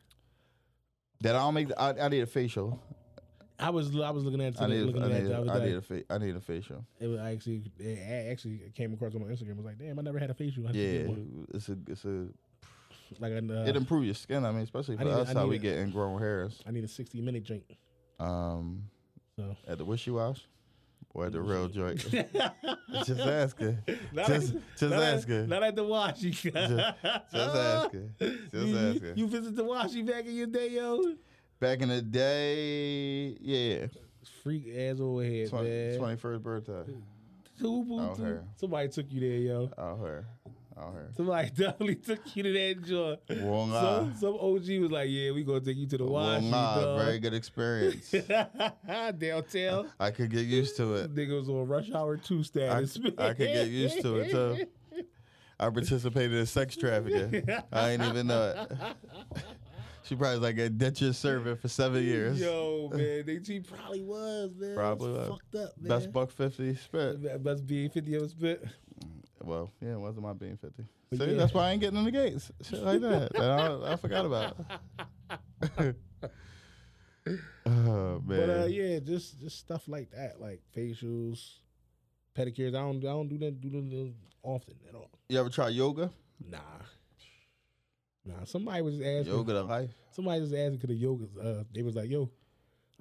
B: That I don't make. The, I, I need a facial.
C: I was I was looking at it
B: I
C: today,
B: need.
C: looking
B: I
C: at it
B: need.
C: the other
B: I
C: day.
B: need a. Fa- I need a facial.
C: It was I actually it a- actually came across on my Instagram. I was like, damn, I never had a facial. I need to get
B: Yeah,
C: one.
B: it's a. It's a.
C: like an, uh,
B: It improves your skin. I mean, especially
C: I
B: for
C: need a-
B: us,
C: I
B: how
C: need
B: we
C: a-
B: get ingrown hairs.
C: I need a sixty minute drink.
B: Um,
C: So
B: at the wishy wash, or at the real joint. just asking.
C: Not
B: Just,
C: at-
B: just
C: not at-
B: asking.
C: not at the wash. You
B: Just, just asking. Just
C: you,
B: asking.
C: You visit the washi back in your day, yo.
B: Back in the day, yeah,
C: Freak ass overhead,
B: 20,
C: man.
B: 21st birthday.
C: Two, boo,
B: Out
C: two.
B: here.
C: Somebody took you there, yo.
B: Out here, out here.
C: Somebody definitely took you to that joint.
B: Wong
C: Some,
B: Eye.
C: some OG was like, "Yeah, we gonna take you to the wash."
B: Wong Eye, very good experience.
C: Downtown,
B: I could get used to it.
C: nigga was on rush hour two status.
B: I could get used to it, too. I participated in sex trafficking. I ain't even know it. she probably was like a ditcher servant for seven years.
C: Yo, man, they she probably was, man. It was
B: Probably was.
C: fucked up, man.
B: Best buck fifty spent.
C: Best B fifty ever spit.
B: Well, yeah, it wasn't my being fifty.
C: But
B: See,
C: yeah.
B: that's why I ain't getting in the gates. Shit like that. that I, I forgot about. oh man.
C: But uh, yeah, just just stuff like that, like facials, pedicures. I don't I don't do that do them often at all.
B: You ever try yoga?
C: Nah. Nah, somebody was asking.
B: Yoga to life.
C: Somebody was asking to the yoga. Uh, they was like, "Yo,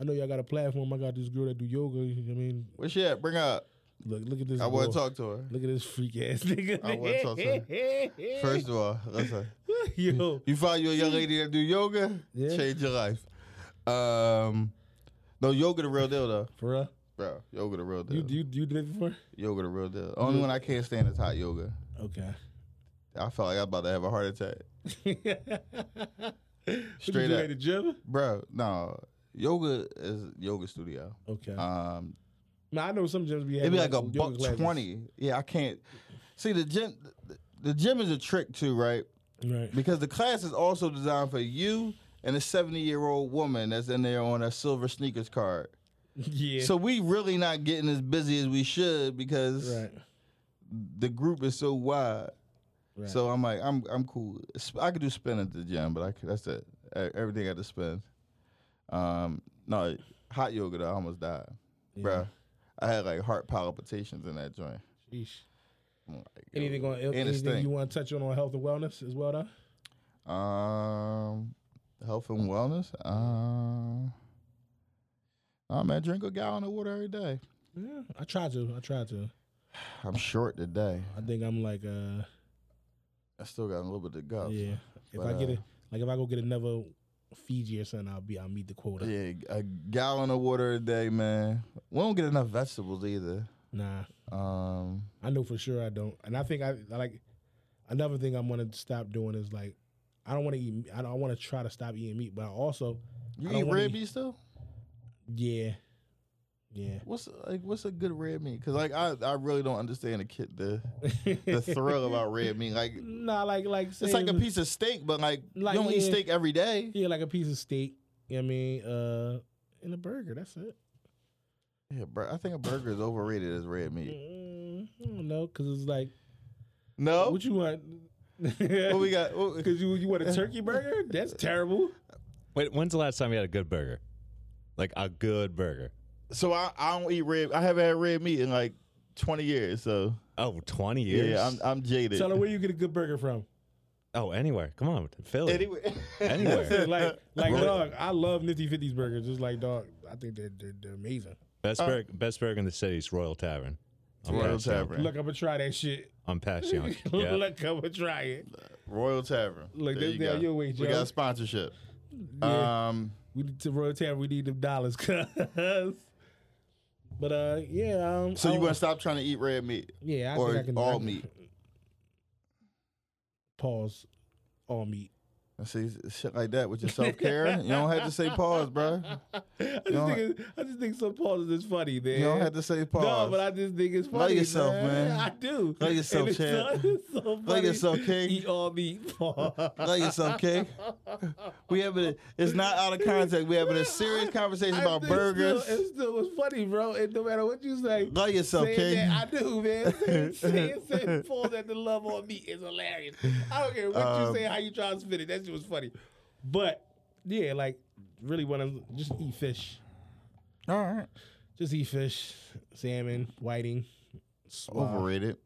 C: I know y'all got a platform. I got this girl that do yoga. I mean,
B: Where she at? Bring her up.
C: look, look at this.
B: I want to
C: boy.
B: talk to her.
C: Look at this freak ass nigga.
B: I wanna talk to
C: her.
B: First of all, listen.
C: yo,
B: You find you a young lady that do yoga,
C: Yeah.
B: change your life. Um, no yoga the real deal though,
C: bruh,
B: bro. Yoga the real deal.
C: you you you did it before?
B: yoga the real deal. Only one I can't stand is hot yoga.
C: Okay.
B: I felt like I'm about to have a heart attack. Straight
C: you
B: up.
C: at the gym?
B: Bro, no. Yoga is yoga studio.
C: Okay.
B: Um
C: Man, I know some gyms be
B: it'd be
C: having
B: like a
C: yoga
B: buck
C: classes.
B: twenty. Yeah, I can't see the gym the gym is a trick too, right?
C: Right.
B: Because the class is also designed for you and a seventy year old woman that's in there on a silver sneakers card.
C: Yeah.
B: So we really not getting as busy as we should because
C: right.
B: the group is so wide.
C: Right.
B: So I'm like, I'm I'm cool. Sp- I could do spin at the gym, but I could, that's it. E- Everything at the spin. Um, no, hot yoga though, I almost died,
C: Yeah.
B: bruh. I had like heart palpitations in that joint.
C: Sheesh.
B: I'm like, yo.
C: Anything on
B: it
C: anything
B: stink.
C: you want to touch on on health and wellness as well, though?
B: Um, health and wellness. Um, oh man, drink a gallon of water every day.
C: Yeah, I try to. I try to.
B: I'm short today.
C: I think I'm like, uh,
B: I still got a little bit to go.
C: yeah. If
B: But,
C: I get
B: uh,
C: it, like if I go get another Fiji or something, I'll be I'll meet the quota.
B: Yeah, a gallon of water a day, man. We don't get enough vegetables either.
C: Nah,
B: Um,
C: I know for sure I don't. And I think I, I like another thing I'm gonna stop doing is like I don't want to eat. I don't. I want to try to stop eating meat, but I also
B: you
C: I don't
B: eat
C: wanna
B: red
C: eat-
B: meat still?
C: yeah, yeah.
B: What's like what's a good red meat? Because like I, I really don't understand the kid the the thrill about red meat. Like
C: Nah, like like say
B: it's like
C: it
B: a
C: was-
B: piece of steak, but like,
C: Like,
B: you don't eat
C: yeah.
B: steak every day.
C: Yeah, like a piece of steak. You know what I mean, uh, and a burger. That's it.
B: Yeah, bro. I think a burger is overrated as red meat.
C: Mm, I don't know, cause it's like
B: No,
C: what
B: what,
C: you want.
B: Oh. we got? what-
C: Cause you you want a turkey burger? That's terrible.
D: Wait, when's the last time you had a good burger? Like a good burger?
B: so I, I don't eat red. I haven't had red meat in like twenty years. So
D: Oh, 20 years?
B: yeah, I'm I'm jaded.
C: Tell her where you get a good burger from.
D: oh, anywhere. Come on, Philly.
B: anyway,
D: Anywhere.
C: That's it. Like, like
D: Really?
C: dog, I love Nifty 50s burgers. Just like, dog, I think they're, they're, they're amazing.
D: Best, burger, best burger in the city is Royal Tavern. on
B: Uh, Royal
D: Passyunk-
B: Tavern.
C: Look, I'm going to try that shit.
D: On Passyunk. yeah.
C: Look, I'm going to try it.
B: Royal Tavern.
C: Look,
B: There
C: that's
B: you
C: down
B: go.
C: your way,
B: We
C: Joe.
B: got sponsorship.
C: Yeah.
B: Um,
C: We need to Royal Tavern, we need them dollars, cuz. But, uh, yeah. Um,
B: so
C: I
B: you
C: don't-
B: gonna stop trying to eat red meat
C: Yeah, I
B: or
C: think I can. I
B: all
C: can-
B: meat?
C: Pause. All meat.
B: I see shit like that with your self care. you don't have to say pause, bro.
C: I just,
B: know,
C: think it- I just think some pauses is funny, man.
B: You don't have to say pause.
C: No, but I just think it's funny.
B: Love yourself, man.
C: I do.
B: Love yourself,
C: And it's
B: Chad.
C: not- it's so funny.
B: yourself, King.
C: Eat all meat. Pause.
B: Love yourself, King. We having a, it's not out of context. We having a serious conversation
C: I
B: about
C: think
B: burgers.
C: Still, it still was funny, bro. And no matter what you say,
B: Love yourself,
C: saying
B: King.
C: that- I do, man. Saying- Saying saying Paul that the love on me is hilarious. I don't care what
B: Um,
C: you say, how you try to spin it. That shit was funny. But yeah, like really, want to just eat fish.
B: All right.
C: Just eat fish, salmon, whiting. Wow.
B: Overrated.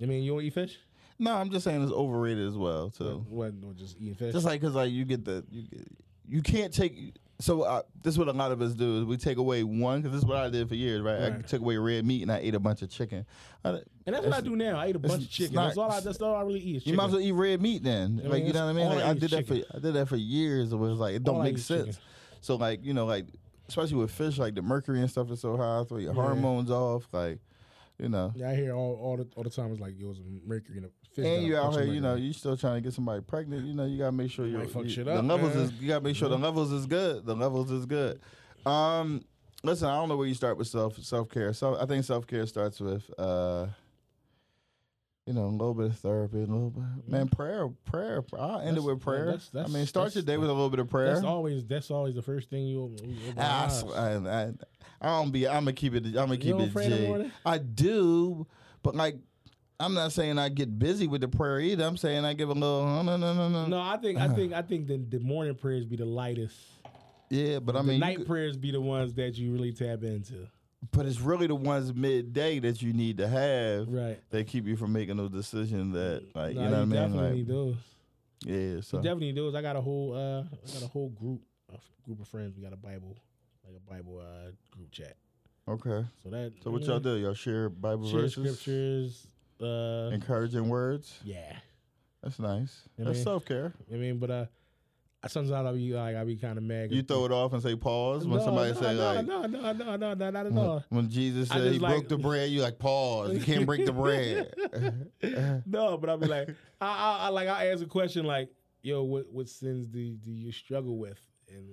C: I mean, you don't eat fish?
B: No, I'm just saying it's overrated as well too.
C: What? what just eating fish?
B: Just like because like you get the you get, you can't take. So uh, this is what a lot of us do is we take away one because this is what I did for years, right? I
C: Right.
B: took away red meat and I ate a bunch of chicken. I,
C: and that's what I do now. I eat a bunch of
B: it's
C: chicken.
B: not-
C: that's all. I, that's all I really eat. Is
B: You might as
C: chicken.
B: well eat red meat then.
C: I
B: like
C: mean,
B: you know what I
C: that's
B: mean?
C: all
B: Like,
C: I
B: I
C: eat
B: did
C: is
B: that for
C: chicken.
B: I did that for years. It was like it don't
C: All I eat
B: make
C: is
B: sense.
C: chicken.
B: So like you know like especially with fish like the mercury and stuff is so high, throw your hormones off. Like you know,
C: Yeah, I hear all, all the all the time. It's like it was mercury in a fish.
B: and
C: got
B: you
C: a
B: out
C: bunch of
B: here, you know,
C: mercury.
B: you still trying to get somebody pregnant. You know, you gotta make sure your
C: might fuck
B: you-
C: shit
B: the
C: up,
B: levels
C: man.
B: is you gotta make sure the levels is good. The levels is good. Um, listen, I don't know where you start with self self care. So I think self care starts with uh. You know, a little bit of therapy, a little bit. Man, prayer, prayer. I'll end it
C: Mm-hmm. That's-
B: with
C: yeah,
B: prayer.
C: that's- that's-
B: I mean, start
C: that's-
B: your day with a little bit of prayer.
C: That's always that's always the first thing you. you open your
B: Ah, I,
C: eyes.
B: sw- I, I, I don't be. I'm gonna keep it. I'm gonna keep
C: don't
B: it.
C: pray in the
B: G.
C: morning?
B: I do, but like, I'm not saying I get busy with the prayer either. I'm saying I give a little. No, no, no, no, no.
C: no, I think I think I think the, the morning prayers be the lightest.
B: yeah, but I
C: The
B: mean, you
C: night
B: could-
C: prayers be the ones that you really tap into.
B: but it's really the ones midday that you need to have
C: Right. Mm.
B: that keep you from making those decisions that, like,
C: Nah,
B: you know what I mean?
C: Definitely
B: Like,
C: need those.
B: yeah. So
C: You definitely need those. I got a whole uh, I got a whole group a f- group of friends. We got a Bible, like a Bible uh, group chat.
B: okay.
C: So that. mm,
B: So what y'all do? Y'all share Bible
C: Share
B: verses,
C: scriptures. Uh,
B: encouraging words.
C: yeah.
B: That's nice.
C: I
B: That's
C: mean-
B: self care.
C: I mean, but uh, sometimes I be like I be kind of mad.
B: You throw it off and say pause when
C: no,
B: somebody
C: no,
B: say
C: no,
B: like.
C: no, no, no, no, no, not at
B: When-
C: all.
B: When Jesus
C: Oh. I
B: said
C: just
B: he
C: like-
B: broke the bread, you like pause. You can't break the bread.
C: no, but I'll be like, I, I, I like I ask a question like, yo, what what sins do do you struggle with? And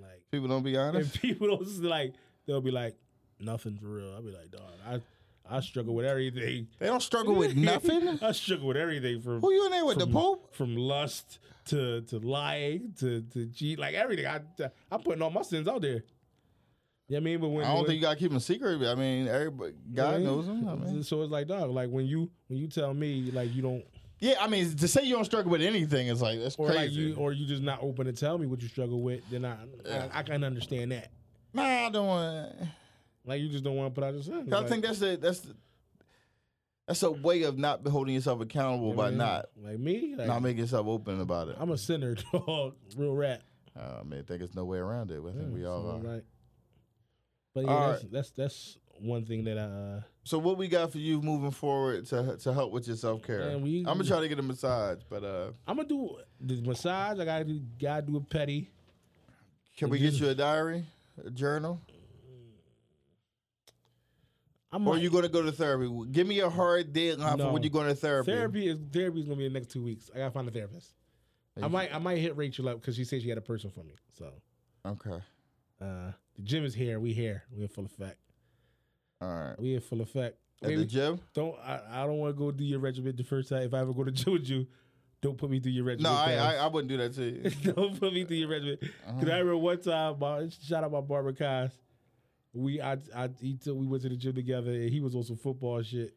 C: like,
B: People don't be
C: and
B: honest.
C: people don't s- like, they'll be like, nothing for real. I'll be like, dog, I I struggle with everything.
B: They don't struggle with nothing.
C: I struggle with everything from
B: Who you in there with the
C: from,
B: Pope?
C: from lust to to lying to to cheat, like everything. I I'm putting all my sins out there. You know what I mean? But when
B: I don't
C: when-
B: think you gotta keep them secret. but I mean, everybody, God
C: you know
B: knows
C: what I mean?
B: them. I mean,
C: So it's like, dog, like when you when you tell me like you don't
B: yeah, I mean, to say you don't struggle with anything is like that's
C: or
B: crazy.
C: like you or you just not open to tell me what you struggle with, then I I, I can understand that.
B: nah, I don't want.
C: Like you just don't want to put out your son.
B: I think that's the that's the, that's a way of not holding yourself accountable by not
C: like me. Like,
B: not making yourself open about it.
C: I'm a sinner, dog. Real rap.
B: Uh, I mean, I think there's no way around it. I think we all
C: So,
B: are.
C: like- But yeah,
B: All
C: that's, that's that's one thing that I. Uh,
B: So what we got for you moving forward to to help with your self care?
C: Man,
B: I'm
C: we-
B: gonna try to get a massage, but uh,
C: I'm gonna do the massage. I gotta do, gotta do a petty.
B: can we get you a diary, a journal,
C: I'm
B: or you gonna go to therapy? Give me a hard deadline for when
C: No.
B: you go to therapy.
C: therapy is therapy is gonna be the next two weeks. I gotta find a therapist. I might I might hit Rachel up because she said she had a person for me. So
B: Okay.
C: uh, the gym is here. We here. We in full effect.
B: All right.
C: We in full effect.
B: At the
C: Maybe-
B: gym?
C: Don't I, I don't want to go do your regiment the first time. If I ever go to gym with you, don't put me through your
B: No,
C: regiment.
B: I, I
C: guys.
B: I Uh-huh. wouldn't do that to you.
C: don't put me through your regiment. Cause I remember one time, my, shout out my barber Kaz. We I I he took, we went to the gym together, and he was on some football shit.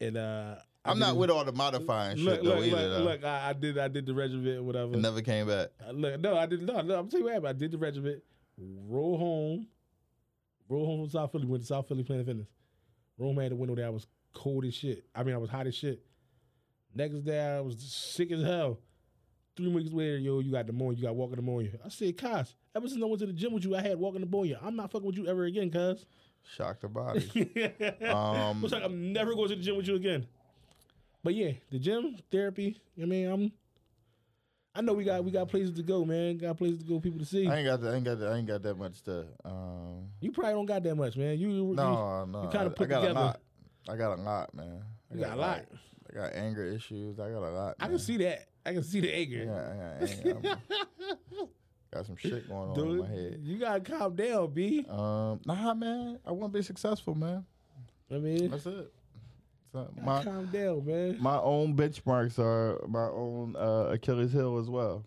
C: And uh, I
B: I'm not
C: did-
B: with all the modifying
C: Look,
B: shit though
C: look,
B: either.
C: look,
B: though.
C: look, I, I did I did the regiment, whatever.
B: It never came back.
C: Uh, Look, no, I didn't. No, no, I'm telling you what happened. I did the regiment. Roll home. Roll home from South Philly. Went to South Philly Planet Fitness. Roll home had a window that was cold as shit. I mean, I was hot as shit. Next day, I was sick as hell. Three weeks later, yo, you got pneumonia. You got walking pneumonia. I said, Cos, ever since I went to the gym with you, I had walking pneumonia. I'm not fucking with you ever again, cuz.
B: Shocked the body.
C: I
B: um,
C: was like, I'm never going to the gym with you again. But yeah, the gym, therapy. I mean, I'm. I know we got we got places to go, man. Got places to go, people to see.
B: I ain't got that. I ain't got that. I ain't got that much to. Um,
C: You probably don't got that much, man. You you,
B: no, no.
C: kinda
B: I, I
C: put
B: got
C: together-
B: a lot. I got a lot, man. I
C: you got a lot.
B: I got anger issues. I got a lot.
C: I
B: man.
C: can see that. I can see the
B: I
C: anger.
B: got, I got anger. I'm- got some shit going on in my
C: Dude,
B: head.
C: you gotta calm down, B.
B: Um, nah, man. I want to be successful, man.
C: I mean,
B: Uh, That's it. So my
C: calm down, man.
B: my own benchmarks are my own uh, Achilles heel as well.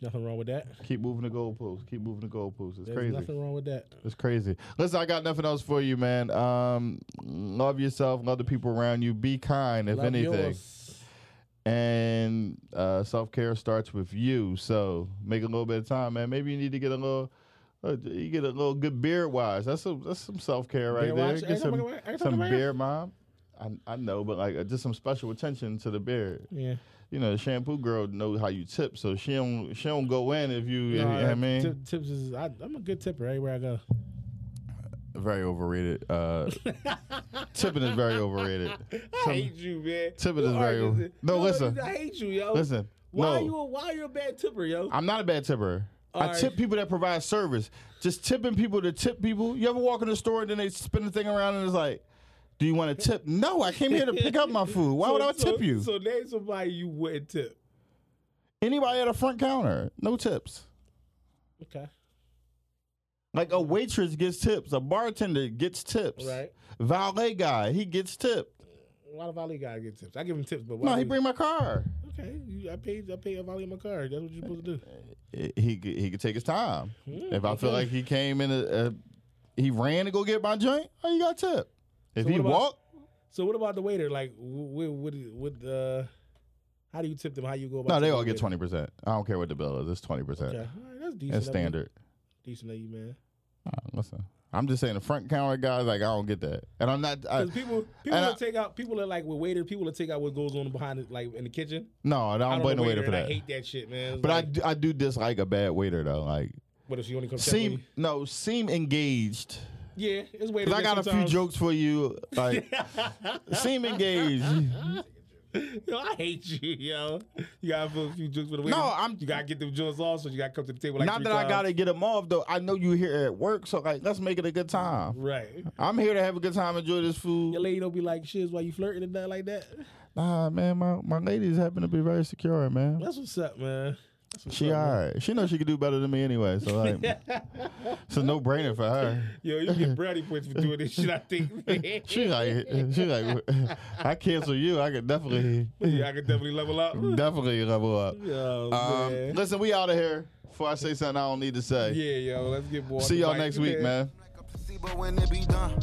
C: nothing wrong with that.
B: Keep moving the goalposts. Keep moving the goalposts. It's
C: There's
B: crazy.
C: nothing wrong with that.
B: It's crazy. Listen, I got nothing else for you, man. Um, love yourself, love the people around you. Be kind, if
C: Love
B: anything.
C: yours.
B: And uh, self care starts with you. So make a little bit of time, man. Maybe you need to get a little. uh, You get a little good beard wise. That's some that's some self care right
C: Beard
B: there.
C: wash?
B: Get
C: Every time I
B: some
C: go- every time
B: some
C: I go-
B: beard, mom. I, I know, but like uh, just some special attention to the beard.
C: Yeah.
B: You know, the shampoo girl knows how you tip, so she don't she don't go in if you. you know what I mean,
C: tip- tips is I, I'm a good tipper everywhere I go.
B: very overrated. Uh, tipping is very overrated.
C: I hate you, man.
B: Tipping
C: You
B: is
C: are
B: very-
C: just a-
B: No,
C: you are
B: listen.
C: just- I hate you, yo.
B: Listen,
C: Why
B: no.
C: are you a, why are you a bad tipper, yo?
B: I'm not a bad tipper. I
C: Alright.
B: tip people that provide service. Just tipping people to tip people. You ever walk in the store and then they spin the thing around and it's like, "Do you want to tip?" No, I came here to pick up my food. Why would I
C: So-
B: tip you?
C: So name somebody you wouldn't tip.
B: Anybody at a front counter, no tips.
C: Okay.
B: Like a waitress gets tips, a bartender gets tips,
C: Right.
B: Valet guy, he gets tipped.
C: A lot of volley guys get tips. I give him tips, but why
B: No, he
C: do-
B: bring my car.
C: Okay, you, I paid. I paid a volley in my car. That's what you're supposed to do.
B: he he could- he could take his time.
C: Hmm,
B: if I feel like he came in, a, a, he ran to go get my joint. Oh, you got tip. If
C: So
B: he
C: what about-
B: walked,
C: So what about the waiter? Like, what, what, what uh, how do you tip them? How you go about?
B: no, they
C: tipping
B: all
C: the
B: get
C: waiter?
B: twenty percent. I don't care what the bill is. It's twenty percent.
C: Okay, all right, that's decent.
B: It's
C: of you.
B: standard.
C: Decent of you, man.
B: Uh, Listen, I'm just saying the front counter guys like I don't get that, and I'm not. I,
C: Because people, people
B: Uh, and I-
C: that take out, people that like with waiter, people that take out what goes on behind it, like in the kitchen.
B: no, I don't,
C: I don't
B: blame the
C: know
B: waiter for
C: and
B: that.
C: I hate that shit, man. It's
B: but I
C: like,
B: do, I do dislike a bad waiter though. Like
C: what if she only comes?
B: seem no seem engaged.
C: Yeah, it's waiter.
B: 'Cause I got a few jokes for you. Like seem engaged.
C: Yo, I hate you, yo. You gotta put a few jokes for the waiter.
B: No, I'm-
C: You gotta get them jokes also. You gotta come to the table. Like
B: Not
C: three
B: that I
C: times.
B: gotta get them off though. I know you here at work, so like let's make it a good time.
C: Right.
B: I'm here to have a good time, enjoy this
C: Your
B: food.
C: lady don't be like shiz while you flirting and nothing like that.
B: Nah, man, my, my ladies happen to be very secure, man.
C: That's what's up, man. That's what's
B: She
C: up, man.
B: alright. She knows she could do better than me anyway, so like it's a no brainer for her.
C: Yo, you get brownie points for doing this shit. I think.
B: She like she like I cancel you, I could definitely
C: yeah, I could definitely level up.
B: definitely level up.
C: Yo,
B: Um,
C: man.
B: listen, we out of here before I say something I don't need to say.
C: yeah, yo, let's get more.
B: See y'all next week, man.
A: Like a placebo when it be done.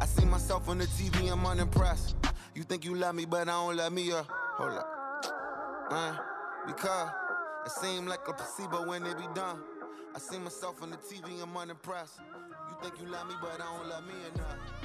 A: I see myself on the TV, I'm unimpressed. You think you love me, but I don't love me. Uh, hold up. Uh, because it seem like a placebo when it be done. I see myself on the TV, I'm unimpressed. You think you love me, but I don't love me enough.